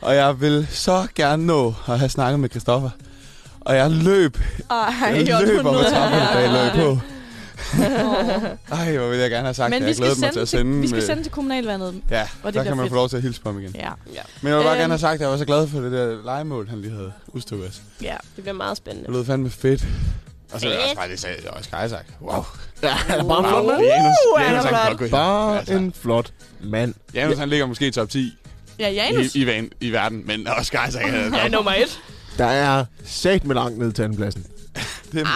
Og jeg vil så gerne nå at have snakket med Christoffer. Og jeg løb. Ej, jeg gjorde du løb op ad noget? trappen, da jeg løb på. Åh. Ej, hvor vil jeg gerne have sagt det. Men vi Jeg skal, glæder mig til sende til, at sende. øh, vi skal med- sende til kommunalvandet. Ja, og det der bliver kan man fedt. få lov til at hilse på ham igen. Ja. Ja. Men jeg vil bare Øhm. gerne have sagt, at jeg var så glad for det der legemål, han lige havde udstukket os. Ja, det bliver meget spændende. Det lød fandme fedt. Og så er jeg også Fedt. faktisk sagde, jeg også Isaac. Wow. Ja, er bare flot, mand. Janus, han er Janus, han flot. kan godt gå i- Bare altså. en flot mand. Janus, han ligger måske i top 10 Ja, Janus. i, i, van, i verden, men også Isaac. Han Jeg er nummer et. Der er sat med langt ned til andenpladsen.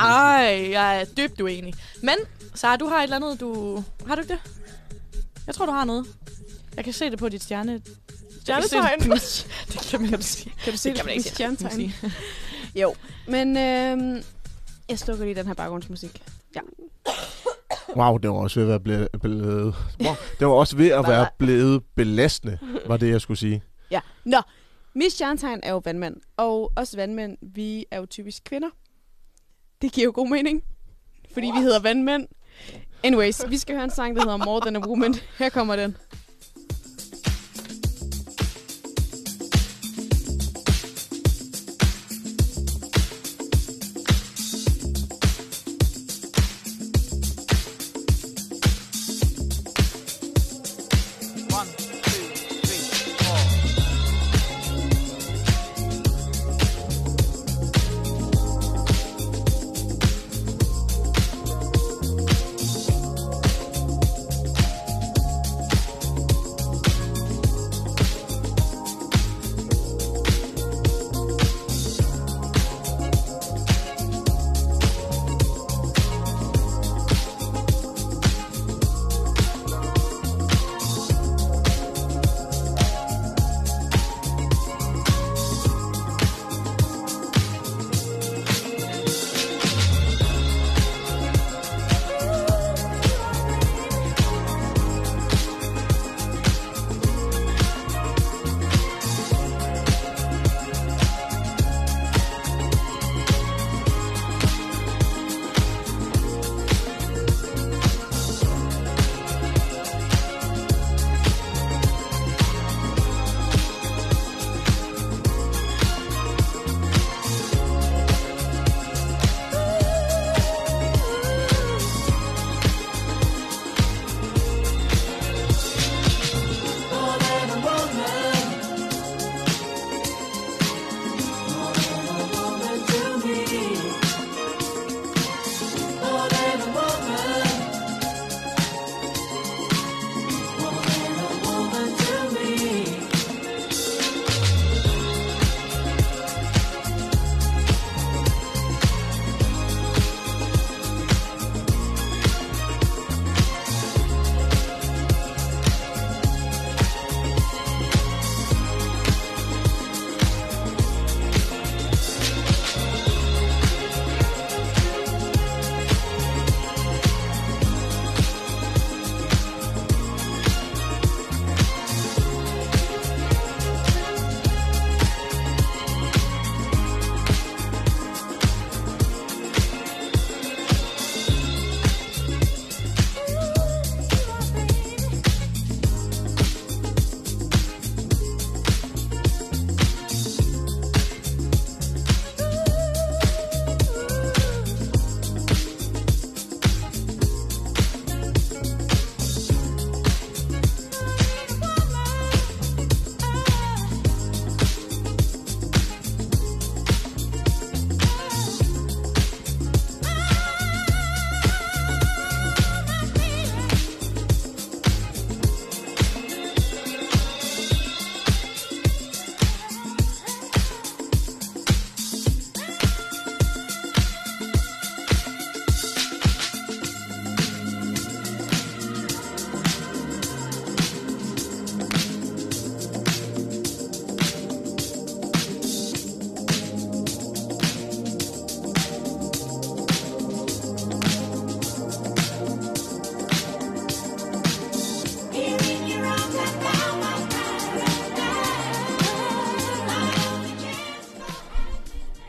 Ej, jeg er dybt uenig. Men, Sara, du har et eller andet, du... Har du ikke det? Jeg tror, du har noget. Jeg kan se det på dit stjerne... Stjernetegn. Jeg kan se det på- det kan man ikke sige. Kan du se det kan på man dit ikke sige. stjernetegn? Sige. Jo, men øh, jeg slukker lige den her baggrundsmusik. Ja. Wow, det var også ved at være blevet... blevet wow. Det var også ved at være blevet belastende, var det, jeg skulle sige. Ja. Nå, mit stjernetegn er jo vandmand, og os vandmænd, vi er jo typisk kvinder. Det giver jo god mening, fordi vi hedder vandmænd. Anyways, vi skal høre en sang, der hedder More Than A Woman. Her kommer den.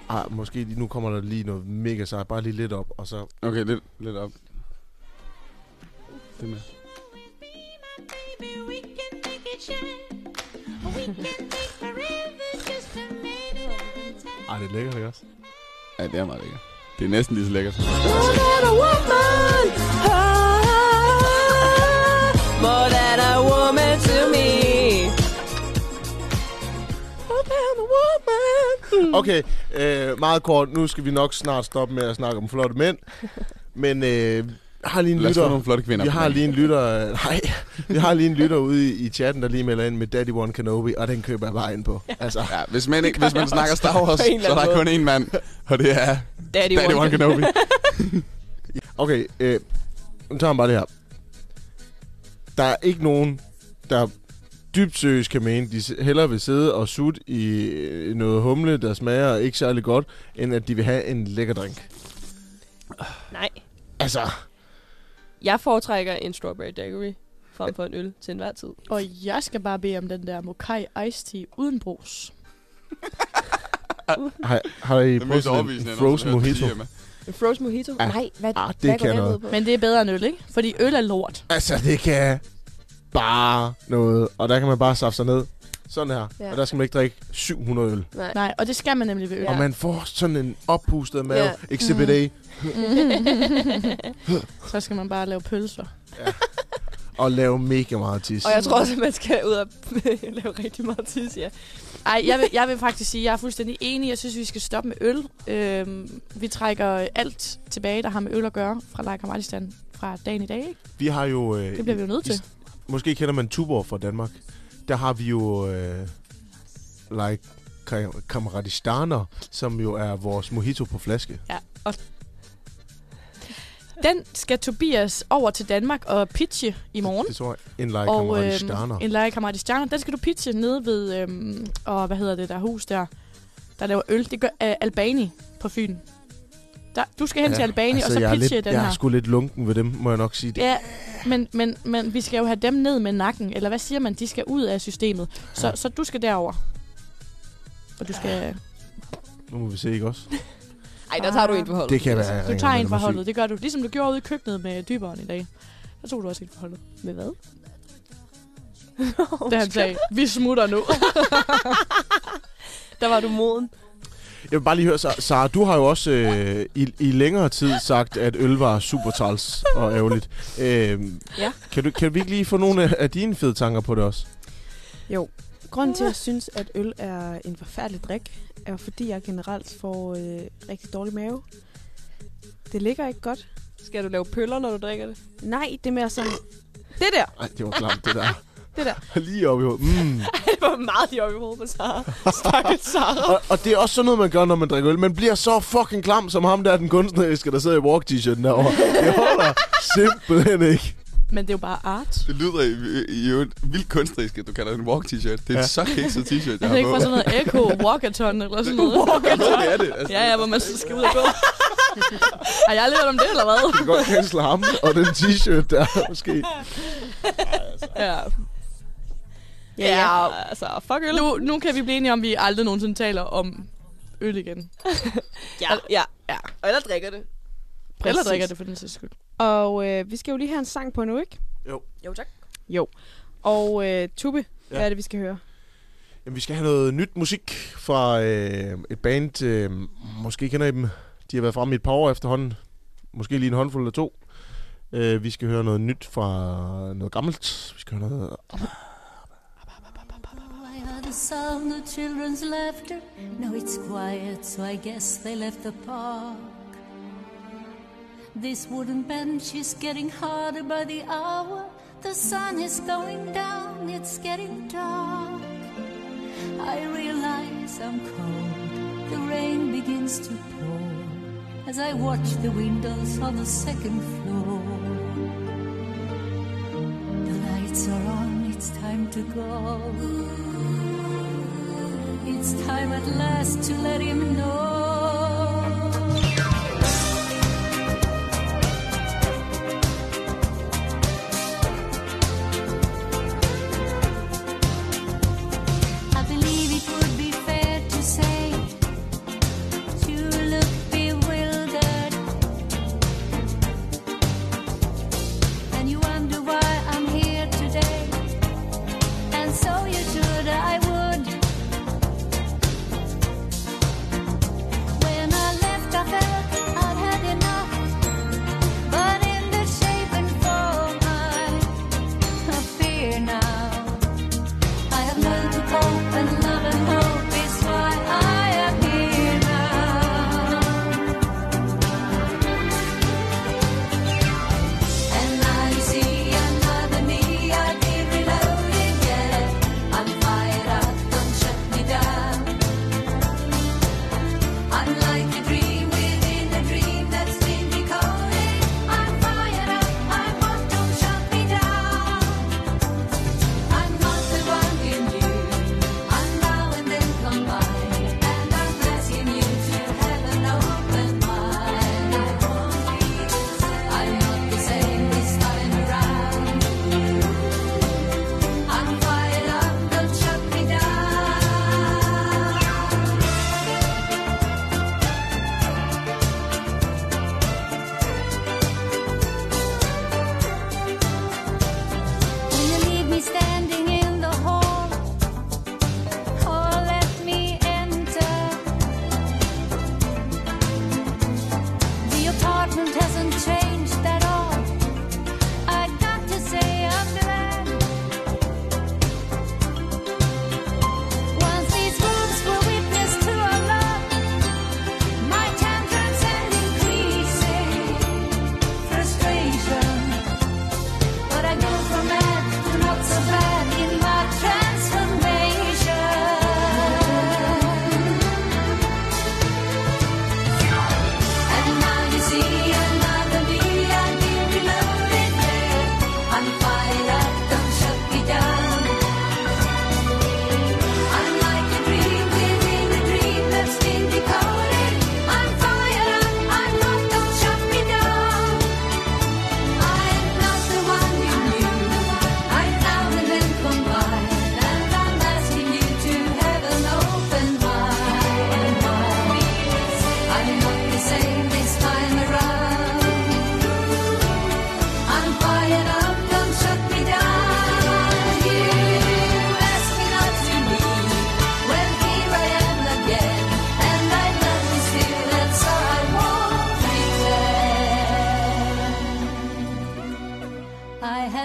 Ah, måske lige, nu kommer der lige noget mega sejt. Bare lige lidt op, og så... Okay, lidt, lidt op. Det med. kitchen. We can be forever just a minute at a time. Ej, det er lækkert, ikke også? Ah, Ja, det er meget lækkert. Det er næsten lige så lækkert. More than a woman to me. Okay, øh, meget kort. Nu skal vi nok snart stoppe med at snakke om flotte mænd. Men øh, har lige en Lad os lytter. få nogle flotte kvinder Vi på har banen. lige en lytter. Nej, vi har lige en lytter ude i, i chatten, der lige melder ind med Daddy One Kenobi, og den køber jeg bare ind på. Altså. Ja, hvis man, ikke, hvis man snakker Star Wars, så er der kun én mand, og det er Daddy Daddy One One Kenobi. Okay, øh, nu tager han bare det her. Der er ikke nogen, der dybt seriøst kan mene, de s- hellere vil sidde og sutte i øh, noget humle, der smager ikke særlig godt, end at de vil have en lækker drink. Nej. Altså, Jeg foretrækker en strawberry daiquiri frem for en øl til enhver tid. Og jeg skal bare bede om den der Mokai Ice Tea uden brus. har, har I Det er prøvet mest sådan overbevisende, en jeg nogensinde frozen har hørt mojito? sige, Emma. En frozen mojito? Ja. Nej, hvad, Ah, det hvad går kan den noget. ud på? Men det er bedre end øl, ikke? Fordi øl er lort. Altså, det kan bare noget, og der kan man bare safte sig ned. Sådan her. Ja. Ja. Og der skal man ikke drikke 700 øl. Nej. Nej, og det skal man nemlig ved øl. Ja. Øh, Og man får sådan en oppustet mave. Ja. Ja. Exhibit A. Mm. Så skal man bare lave pølser. Og lave mega meget tis. Og jeg tror også, at man skal ud og lave rigtig meget tids, ja. Ej, jeg vil, jeg vil faktisk sige, at jeg er fuldstændig enig. Jeg synes, vi skal stoppe med øl. Øhm, vi trækker alt tilbage, der har med øl at gøre fra Lejkammalistan fra dagen i dag. Ikke? Vi har jo... Øh, Det bliver vi jo nødt i- til. Måske kender man Tuborg fra Danmark. Der har vi jo... Øh, like ka- kameradistaner, som jo er vores mojito på flaske. Ja, og den skal Tobias over til Danmark og pitche i morgen. Det tror jeg. En like kameradistaner. øhm, en lejekammerat Den skal du pitche nede ved, øhm, og hvad hedder det der hus der, der laver øl. Det gør øh, Albani på Fyn. Der, du skal hen ja, til Albani, altså, og så jeg er pitche lidt, den jeg her. er sgu lidt lunken ved dem, må jeg nok sige. Det Ja, men, men, men vi skal jo have dem ned med nakken, eller hvad siger man? De skal ud af systemet. Så, så du skal derover. Og du skal... Nu må vi se, ikke også? Ej, der tager du en på holdet. Det kan være, jeg Du ringer tager med en dem fra og siger- holdet, det gør du. Ligesom du gjorde ude i køkkenet med dyberen i dag. Der tog du også en fra holdet. Med hvad? Da han sagde, vi smutter nu. Der var du moden. Jeg vil bare lige høre, Sa- Sara, du har jo også øh, i, i længere tid sagt, at øl var super træls og ærgerligt. Øh, Ja. kan, du, kan vi ikke lige få nogle af, af dine fede tanker på det også? Jo. Grunden til, at jeg synes, at øl er en forfærdelig drik, er fordi jeg generelt får øh, rigtig dårlig mave. Det ligger ikke godt. Skal du lave pøller, når du drikker det? Nej, det er mere sådan... Det der! Nej, det var klart, det der. Det der. Lige op i hovedet. Mm. det var meget lige oppe i hovedet på Sara. Stakkels Sara. og, og det er også sådan noget, man gør, når man drikker øl. Man bliver så fucking klam, som ham der, den kunstneriske, der sidder i walk-t-shirten derovre. Det holder simpelthen ikke. Men det er jo bare art. Det lyder i, i, i øvrigt vildt kunstnerisk, at du kalder det en walk-t-shirt. Det er ja. Ja. en så kikset t-shirt, jeg Er det har ikke på. fra sådan noget Echo Walkathon eller sådan noget? Walkathon? Det er det, altså. ja, ja, hvor man så skal ud og gå. Har jeg aldrig hørt om det, eller hvad? Du kan godt cancel ham og den t-shirt der, måske. Ja. Ja, ja. altså, fuck øl. Nu, nu kan vi blive enige om, at vi aldrig nogensinde taler om øl igen. ja. ja. ja. Og ellers drikker det. Eller Præcis. drikker det for den sags skyld. Og øh, vi skal jo lige have en sang på nu, ikke? Jo. Jo, tak. Jo. Og øh, Tube, ja. Ja. hvad er det, vi skal høre? Jamen, vi skal have noget nyt musik fra øh, et band. Øh, måske kender I dem. De har været fremme i et par år efterhånden. Måske lige en håndfuld eller to. Øh, vi skal høre noget nyt fra noget gammelt. Vi skal høre noget... I heard the sound of children's laughter. Now it's quiet, so I guess they left the park. This wooden bench is getting harder by the hour. The sun is going down, it's getting dark. I realize I'm cold. The rain begins to pour as I watch the windows on the second floor. The lights are on, it's time to go. It's time at last to let him know. I believe it would be fair to say you look bewildered, and you wonder why I'm here today. And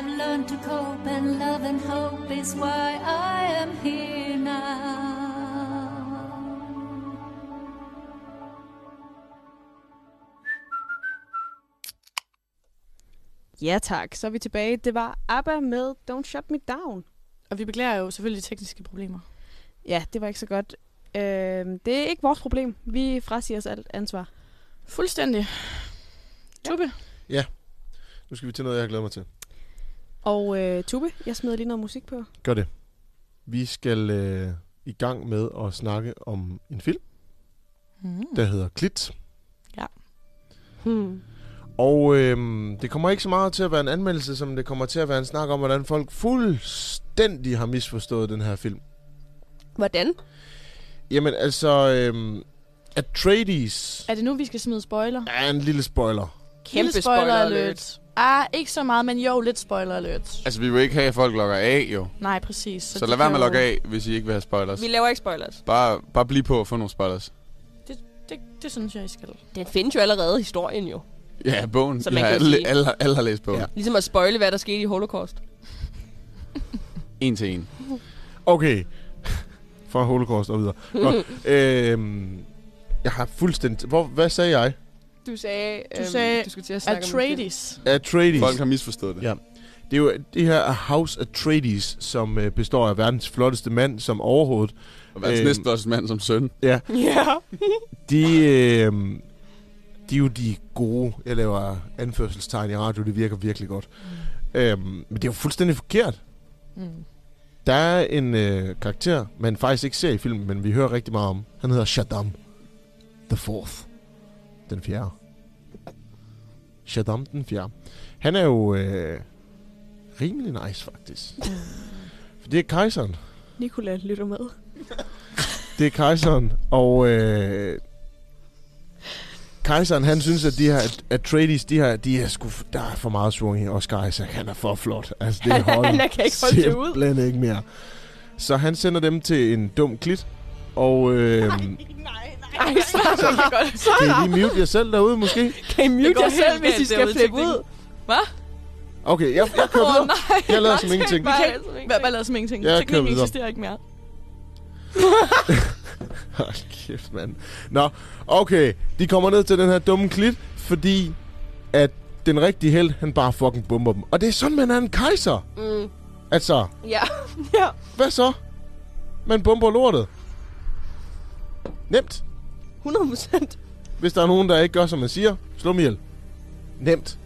and love and hope is why I am here now. Ja tak, så er vi tilbage. Det var ABBA med Don't Shut Me Down. Og vi beklager jo selvfølgelig tekniske problemer. Ja, det var ikke så godt. Øhm, det er ikke vores problem. Vi frasiger os alt ansvar. Fuldstændig. Tubbe. Ja. Nu skal vi til noget, jeg har glædet mig til. Og øh, Tubbe, jeg smider lige noget musik på. Gør det. Vi skal øh, i gang med at snakke om en film, Mm. der hedder Klit. Ja. Hmm. Og øhm, det kommer ikke så meget til at være en anmeldelse, som det kommer til at være en snak om, hvordan folk fuldstændig har misforstået den her film. Hvordan? Jamen altså, øhm, Atreides Er det nu, vi skal smide spoiler? er en lille spoiler. Lille Ah, ikke så meget, men jo, lidt spoiler alert. Altså, vi vil ikke have, at folk logger af, jo. Nej, præcis. Så, så de lad være med at logge kan jo- af, hvis I ikke vil have spoilers. Vi laver ikke spoilers. Bare, bare bliv på og få nogle spoilers. Det, det, det synes jeg, I skal. Den findes jo allerede, historien jo. Ja, bogen. Så Så man man ja, kan jo alle, sige- alle, alle har læst bogen. Ja. Ligesom at spoile, hvad der skete i Holocaust. En til en. Okay. Fra Holocaust og videre. Godt. øhm, jeg har fuldstændig... Hvor, hvad sagde jeg? Du sagde, øhm, Du sagde du skulle til at snakke Atreides. Atreides. Folk har misforstået det. Ja. Det er jo det her er House Atreides, som øh, består af verdens flotteste mand som overhovedet. øhm, Og verdens næstflotteste mand som søn. Ja. om en film. Ja. De, øh, de er jo de gode. Jeg laver anførselstegn i radio, det virker virkelig godt. Mm. Øhm, men det er jo fuldstændig forkert. Mm. Der er en øh, karakter, man faktisk ikke ser i filmen, men vi hører rigtig meget om. Han hedder Shaddam. The Fourth. Den fjerde. Shaddam den fjerde. Han er jo øh, rimelig nice, faktisk. For det er kejseren. Nicola lytter med. Det er kejseren, og øh, kejseren han synes, at de her Atreides, de her, de er sgu, der er for meget svung i Oscar Isaac. Han er for flot. Altså, det Han- holder han kan ikke holde det ud. Simpelthen ikke mere. Så han sender dem til en dum klit, og øh, Ej, så er det godt. Så kan I lige mute jer selv derude måske? Kan I Det mute går jer selv, helt hvis I galt skal derude, flippe ud? Hvad? Okay, jeg, jeg kører videre. Jeg lader som ingenting. Vi kan ikke, hvad, hvad lader som ingenting? Jeg kører Teknikken videre. eksisterer ikke mere. Hold kæft, mand. Nå, okay. De kommer ned til den her dumme klit, fordi at den rigtige held, han bare fucking bomber dem. Og det er sådan, man er en kejser. Mm. Altså, Ja. ja. hvad så? Man bomber lortet. Nemt. 100 procent. Hvis der er nogen, der ikke gør, som man siger, slå dem ihjel. Nemt.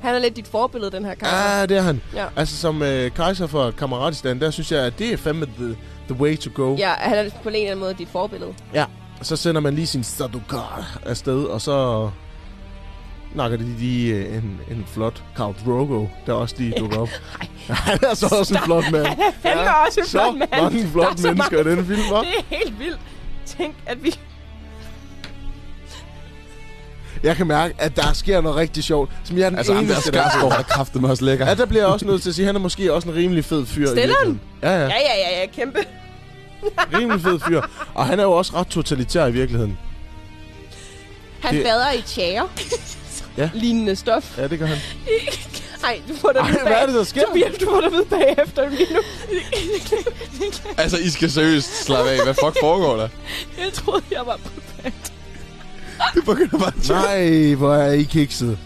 Han er lidt dit forbillede, den her kamp. Ah, det er han. Ja. Altså, som øh, kejser for Kammeratstand, der synes jeg, at det er fandme the, the way to go. Ja, han er på en eller anden måde dit forbillede. Ja, så sender man lige sin Sadokar afsted, og så nakker de lige øh, en, en flot Khal Drogo, der også lige dukker op. Han er så også en Stop. flot mand. Han er fandme også en så flot mand. mange Der er flot så mennesker i mange- den film, var. Det er helt vildt. Tænk, at vi... Jeg kan mærke, at der sker noget rigtig sjovt, som jeg er den Altså, ham der eneste, der har Skarsgård set. har kraftet mig også lækker. Ja, der bliver jeg også nødt til at sige, at han er måske også en rimelig fed fyr. i Stilleren? virkeligheden. Ja, ja. Ja, ja, ja, ja, kæmpe. Rimelig fed fyr. Og han er jo også ret totalitær i virkeligheden. Han Det- bader i tjære. Ja. Lignende stof. Ja, det gør han. Nej, du får det Ej, ved hvad er det, der sker? Tobias, du får det ved bagefter lige nu. Altså, I skal seriøst slappe af. Hvad fuck foregår der? Jeg troede, jeg var på Du begynder bare at Nej, hvor er I kikset.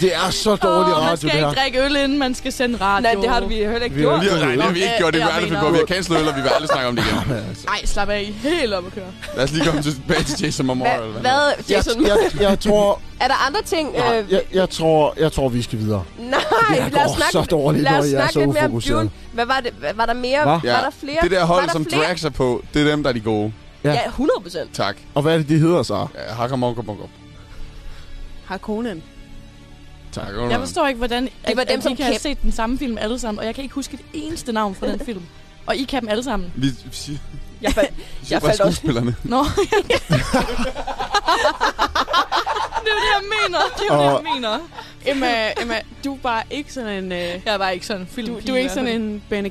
Det er så dårlig man radio, skal det her. ikke drikke øl, inden man skal sende radio. Nej, det har vi heller ikke Vi har gjort. Vi har, nej, det har vi ikke gjort. Det Øh, er jeg vi mener- på. Vi har cancelet øl, og vi vil aldrig snakke om det igen. Nej, slap af. I er Helt op at køre. Lad os lige komme tilbage til Jason Momoa. eller Hvad, Jason? Jeg, jeg, jeg tror, Er der andre ting? Nej, øh, jeg, jeg, tror, jeg tror, vi skal videre. Nej, Det her lad os går snakke, så dårligt, lad os når jeg er snakke så lidt mere om ufokuseret. Dune. Hvad var det? Hvad- Var der mere? Hva? Var der flere? Det der var hold, der som flere? drag sig på, det er dem, der er de gode. Ja. Ja, 100 procent. Tak. Og hvad er det, de hedder så? Ja, Hakker Monko Monko. Har konen. Tak. Jeg forstår ikke, hvordan Det var at, dem, at som I kan have kæm- set den samme film alle sammen, og jeg kan ikke huske et eneste navn fra den film. Og I kan dem alle sammen. Vi, vi siger, Jeg, fald, vi jeg siger bare faldt også. skuespillerne. Nå, det er jo det, jeg mener. Det er jo det, jeg mener. Emma, Emma, du er bare ikke sådan en... Øh, Jeg var ikke sådan en film. du, du er ikke sådan en Bene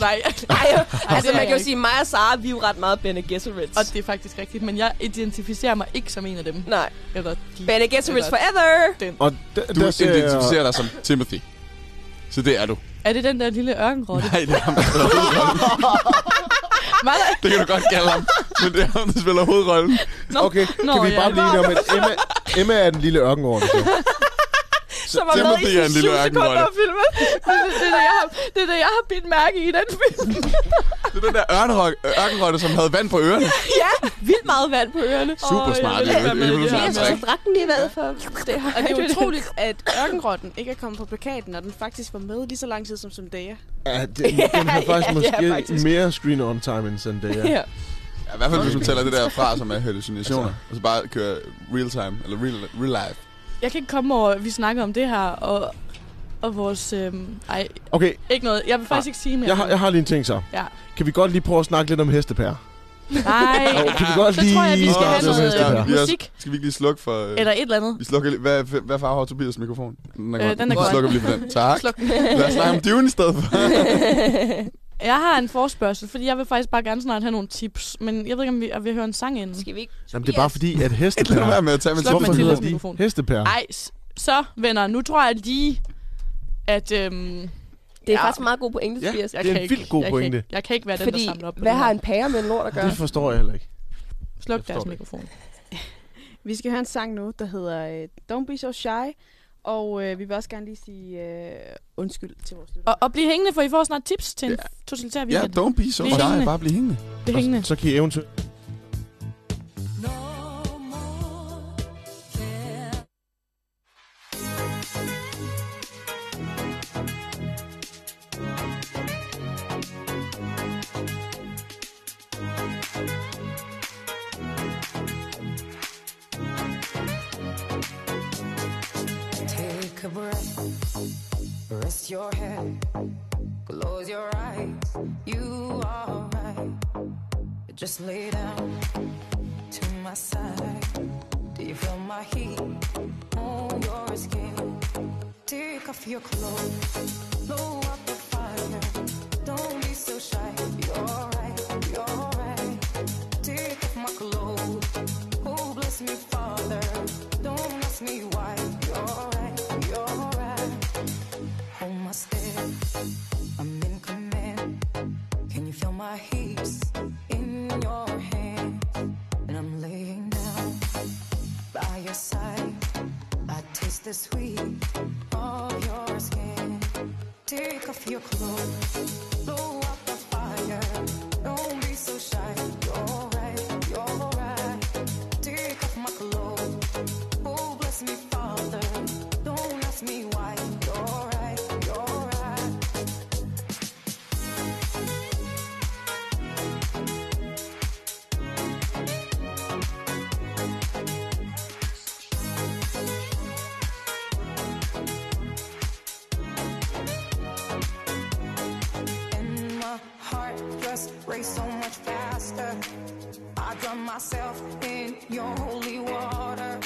Nej, Ej, altså, det er man jeg kan jo sige, mig og Sara, vi er jo ret meget Bene Gesserits. og det er faktisk rigtigt, men jeg identificerer mig ikke som en af dem. Nej, Eller de. Bene Gesserits forever. Og d- Du der ser jeg, identificerer dig som Timothy. Så det er du. Er det den der lille ørkenrotte? Nej, det er ham, der spiller hovedrollen. Var der- det kan du godt kalde ham. Men det er ham, der spiller hovedrollen. Nå. Okay, Nå, kan vi bare ja. blive enige om, at Emma, Emma er den lille ørkenorden. Som var med i sådan syv sekunder af filmen. Det, det, det, er det, jeg har, det er det, jeg har bidt mærke i i den film. Det er den der ørkenrotte, ørkenrotte, som havde vand på ørerne. ja, vildt meget vand på ørerne. Super smart, det er jo et evolutionært Altså, træk. Jeg synes, drak den lige hvad for det har Og det jeg er jo. utroligt, at ørkenrotten ikke er kommet på plakaten, og den faktisk var med lige så lang tid som Zendaya. Ja, den, den har Ja, faktisk ja, måske faktisk. mere screen on time end Zendaya. Ja. Ja, I hvert fald, hvis du tæller det der fra, som er hallucinationer. Altså. Og så bare kører real time, eller real, real life. Jeg kan ikke komme over, at vi snakker om det her, og, og vores... Øhm, ej, Okay. ikke noget. Jeg vil faktisk ikke sige mere. Jeg har, jeg har lige en ting så. Ja. Kan vi godt lige prøve at snakke lidt om hestepærer? Nej. Og kan vi godt så lige tror jeg, vi skal snakke have lidt om noget hestepærer? øh, Vi har- musik. Skal vi ikke lige slukke for... øh, Eller et eller andet. Vi slukker lige... Hvad, hvad farve har Tobias mikrofon? Den Øh, den er Så grøn. slukker vi lige for den. Tak. Sluk. Lad os snakke om Dune i stedet for. Jeg har en forspørgsel, fordi jeg vil faktisk bare gerne snart have nogle tips, men jeg ved ikke, om vi er ved at høre en sang inden. Skal vi ikke? Jamen, det er bare fordi, at hestepærer... Lad være med at tage min Hvorfor telefon. hedder Sluk de mikrofonen. hestepærer? Ej, s- så venner, nu tror jeg lige, at... Øhm, Det er faktisk en meget god pointe, Ja, Tobias. det er en vildt god jeg pointe. Kan ikke, jeg kan ikke være den, der Fordi, samler op på hvad det har her. en pære med en lort at gøre? Det forstår jeg heller ikke. Sluk forstår deres det mikrofon. Vi skal høre en sang nu, der hedder øh, Don't Be So Shy. Og øh, vi vil også gerne lige sige øh, undskyld til vores lytter. Og, og bliv hængende, for I får snart tips til en totalitær Ja, weekend. don't be so Bliv hængende. shy. Bare bliv hængende. Bliv hængende. Så kan I eventuelt... Take a breath, rest your head, close your eyes. You are right. Just lay down to my side. Do you feel my heat on your skin? Take off your clothes, blow up the fire. Don't be so shy. You're right, you're right. Take off my clothes. Oh, bless me, Father. Don't ask me why. You're right, you're right. Hold my step. I'm in command. Can you feel my heaps in your hand? And I'm laying down by your side. I taste the sweet of your skin. Take off your clothes. Blow out the fire. Don't be so shy. You're right, you're right. Take off my clothes. Oh, bless me, Father. Don't ask me why. You're right, you're right. And my heart just raced so much faster. I drown myself in your holy water.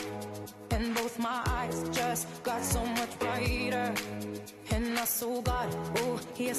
And both my eyes just got so much brighter. And I saw God, oh, he is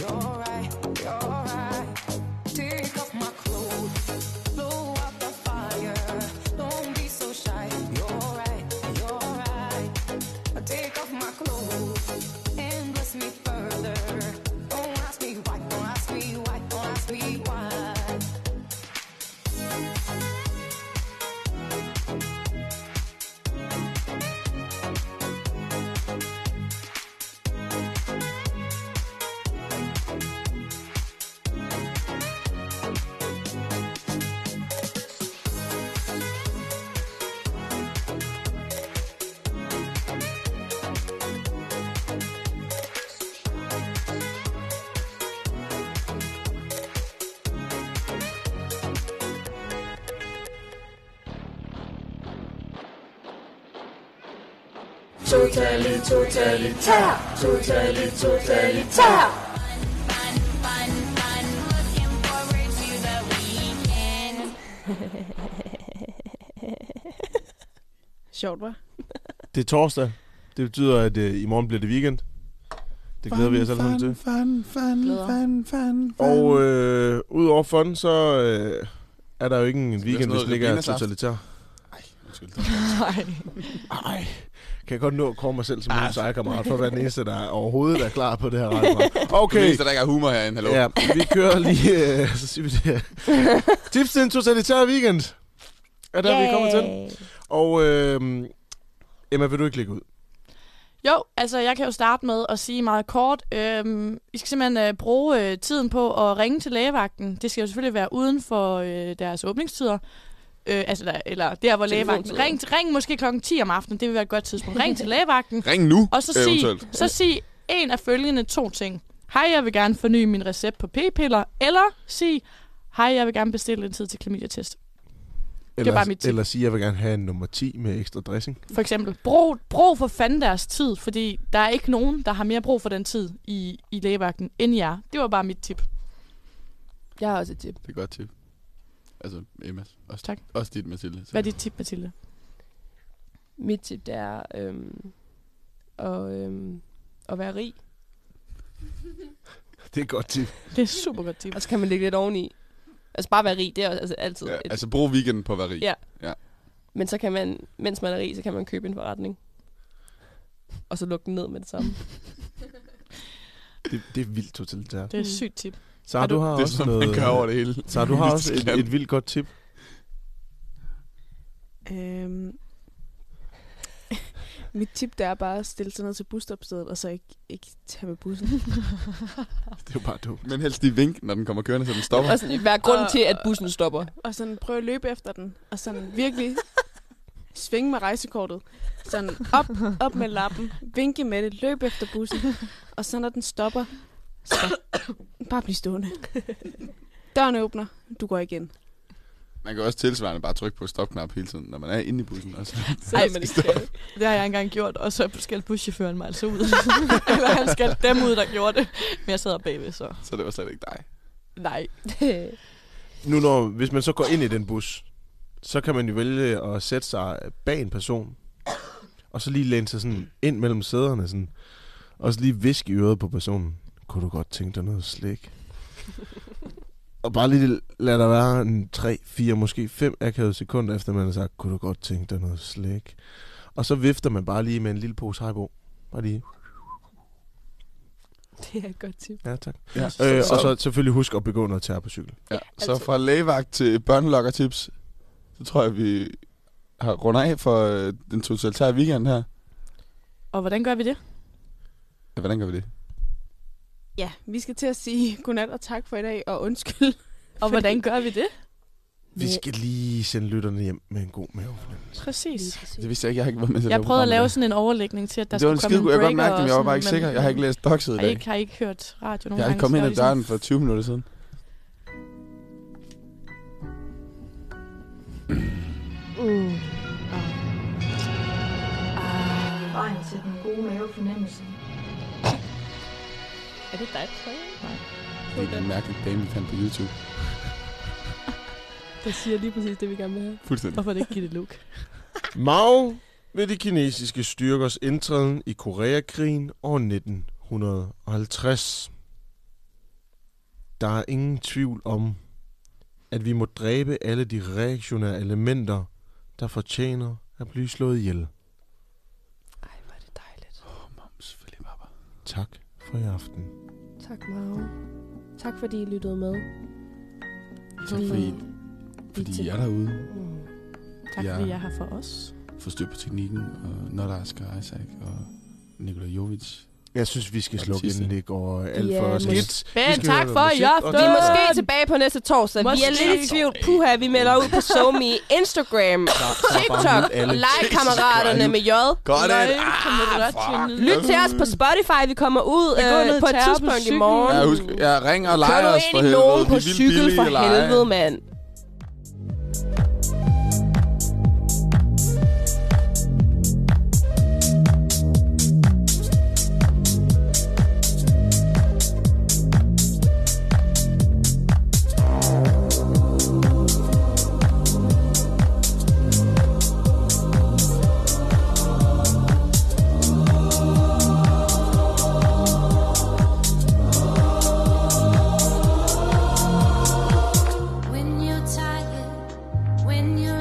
You're right, you're right. Take off my clothes. Blow out the fire. Don't be so shy. You're right, you're right. Take off my clothes and bless me further. Don't ask me why, don't ask me why, don't ask me why. Totally, totalitær. Totally, totalitær. Looking forward to the weekend. Sjovt, hva'? Det er torsdag. Det betyder, at øh, i morgen bliver det weekend. Det glæder vi os alle sammen til. Fan, fan, fan, fan, fan. Og øh, udover fun, så øh, er der jo ikke en bliver weekend, sådan hvis noget den ikke er Løbindesaft. totalitær. Nej. Nej. Kan jeg godt nå at komme mig selv som Ah. en sejrkammerat, for at være den eneste, der er overhovedet er klar på det her radioprogram. Okay. Den eneste, der ikke har humor herinde, hallo. Ja, vi kører lige, øh, så siger vi det her. Tips til en totalitær weekend. Er der, vi kommer til. Og øh, Emma, vil du ikke lægge ud? Jo, altså jeg kan jo starte med at sige meget kort. Øhm, I skal simpelthen øh, bruge øh, tiden på at ringe til lægevagten. Det skal jo selvfølgelig være uden for øh, deres åbningstider. Øh, altså der, eller der, hvor lægevagten... Telefontider. Ring, ring måske klokken 10 om aftenen, det vil være et godt tidspunkt. Ring til lægevagten. Ring nu, Og så sig, eventuelt. så sig en af følgende to ting. Hej, jeg vil gerne forny min recept på p-piller. Eller sig, hej, jeg vil gerne bestille en tid til klamydia-test. Eller, bare mit tip. Eller sige, at jeg vil gerne have en nummer 10 med ekstra dressing. For eksempel, brug, brug for fanden deres tid, fordi der er ikke nogen, der har mere brug for den tid i, i lægevagten end jer. Det var bare mit tip. Jeg har også et tip. Det er et godt tip. Altså, Emmas. Også, tak. Også dit, Mathilde. Hvad er dit tip, Mathilde? Mit tip, det er øhm, at, øhm, at være rig. Det er et godt tip. Det er super godt tip. Og så kan man lægge lidt oveni. Altså bare være rig, det er også, altså, altid ja, et... Altså, brug weekenden på at være rig. Ja. ja. Men så kan man, mens man er rig, så kan man købe en forretning. Og så lukke den ned med det samme. Det, det er vildt totalitært. Det er et sygt tip. Så Har har du, du- har Det Mm. er også sådan, man noget... gør over det hele. Så du har også et, Skam. et vildt godt tip. Øhm, mit tip, der er bare at stille sig ned til busstopstedet, og så ikke, ikke tage med bussen. Det er jo bare dumt. Men helst lige vink, når den kommer kørende, så den stopper. Og sådan, være grund til, at bussen stopper. og sådan prøve at løbe efter den, og sådan virkelig svinge med rejsekortet. Sådan op, op med lappen, vinke med det, løb efter bussen, og så når den stopper, så bare blive stående. Døren åbner, du går igen. Man kan også tilsvarende bare trykke på stopknap hele tiden, når man er inde i bussen. Også. Ej, men det har jeg engang gjort, og så skal buschaufføren mig altså ud. Eller han skal dem ud, der gjorde det. Men jeg sad bagved, så Så det var slet ikke dig. nej. Nu når, hvis man så går ind i den bus, så kan man jo vælge at sætte sig bag en person, og så lige læne sig sådan ind mellem sæderne, sådan, og så lige viske i øret på personen. Kunne du godt tænke dig noget slik? og bare lige lade der være en 3, 4, måske 5 akavede sekunder efter, man har sagt, kunne du godt tænke dig noget slik? Og så vifter man bare lige med en lille pose haribo. Bare lige. Det er et godt tip. Ja, tak. Ja. Ja. Øh, og så selvfølgelig husk at begå noget terror på cykel. Ja, så fra lægevagt til børnelokkertips, så tror jeg, vi har rundt af for øh, den totalitære weekend her. Og hvordan gør vi det? Ja, hvordan gør vi det? Ja, vi skal til at sige godnat og tak for i dag, og undskyld. Og hvordan gør vi det? Vi skal lige sende lytterne hjem med en god mave. Præcis. Det vidste jeg ikke, jeg har ikke været med til Jeg det prøvede at program i lave dag. sådan en overlægning til, at der Det var en skulle komme skide god- jeg en kan godt breaker. mærke det, men jeg var og bare ikke sådan, sikker. men- Jeg har ikke læst doxet i Har dag. ikke, har I ikke hørt radio Jeg nogle har gange? ikke kommet så ind ad var det døren for 20 minutter siden. Uh. Vejen til den gode mavefornemmelse. Er det dig, tror Det er en mærkelig dame, vi fandt på YouTube. Det siger lige præcis det, vi gerne vil have. Fuldstændig. Hvorfor er det ikke give det look? Mao ved de kinesiske styrkers indtræden i Koreakrigen år 1950. Der er ingen tvivl om, at vi må dræbe alle de reaktionære elementer, der fortjener at blive slået ihjel. Tak for i aften. Tak, Maro. Tak, fordi I lyttede med. Tak fordi, fordi I er derude. Tak, fordi jeg har for os. Få styr på teknikken, og når der er Oscar Isaac og Nikola Jovic. Jeg synes, vi skal Og slukke Tisse. inden det går alt Ja, for men- skidt. Men Vi skal tak høre noget for musik, i aften. og Vi tak. er måske tilbage på næste torsdag. Måske. Vi er lidt i Måske. tvivl. Puha, vi melder ud på SoMe, Instagram, TikTok, alle. like kammeraterne med J. Godt, at- Like Ah, Kammeraterne. Lyt til os på Spotify. Vi kommer ud øh, på et tidspunkt i morgen. Ja, husk, ja, ring og Kør lege du os for ind i helvede. De nogen er på vildt cykel billige for at lege. helvede, mand. Thank in your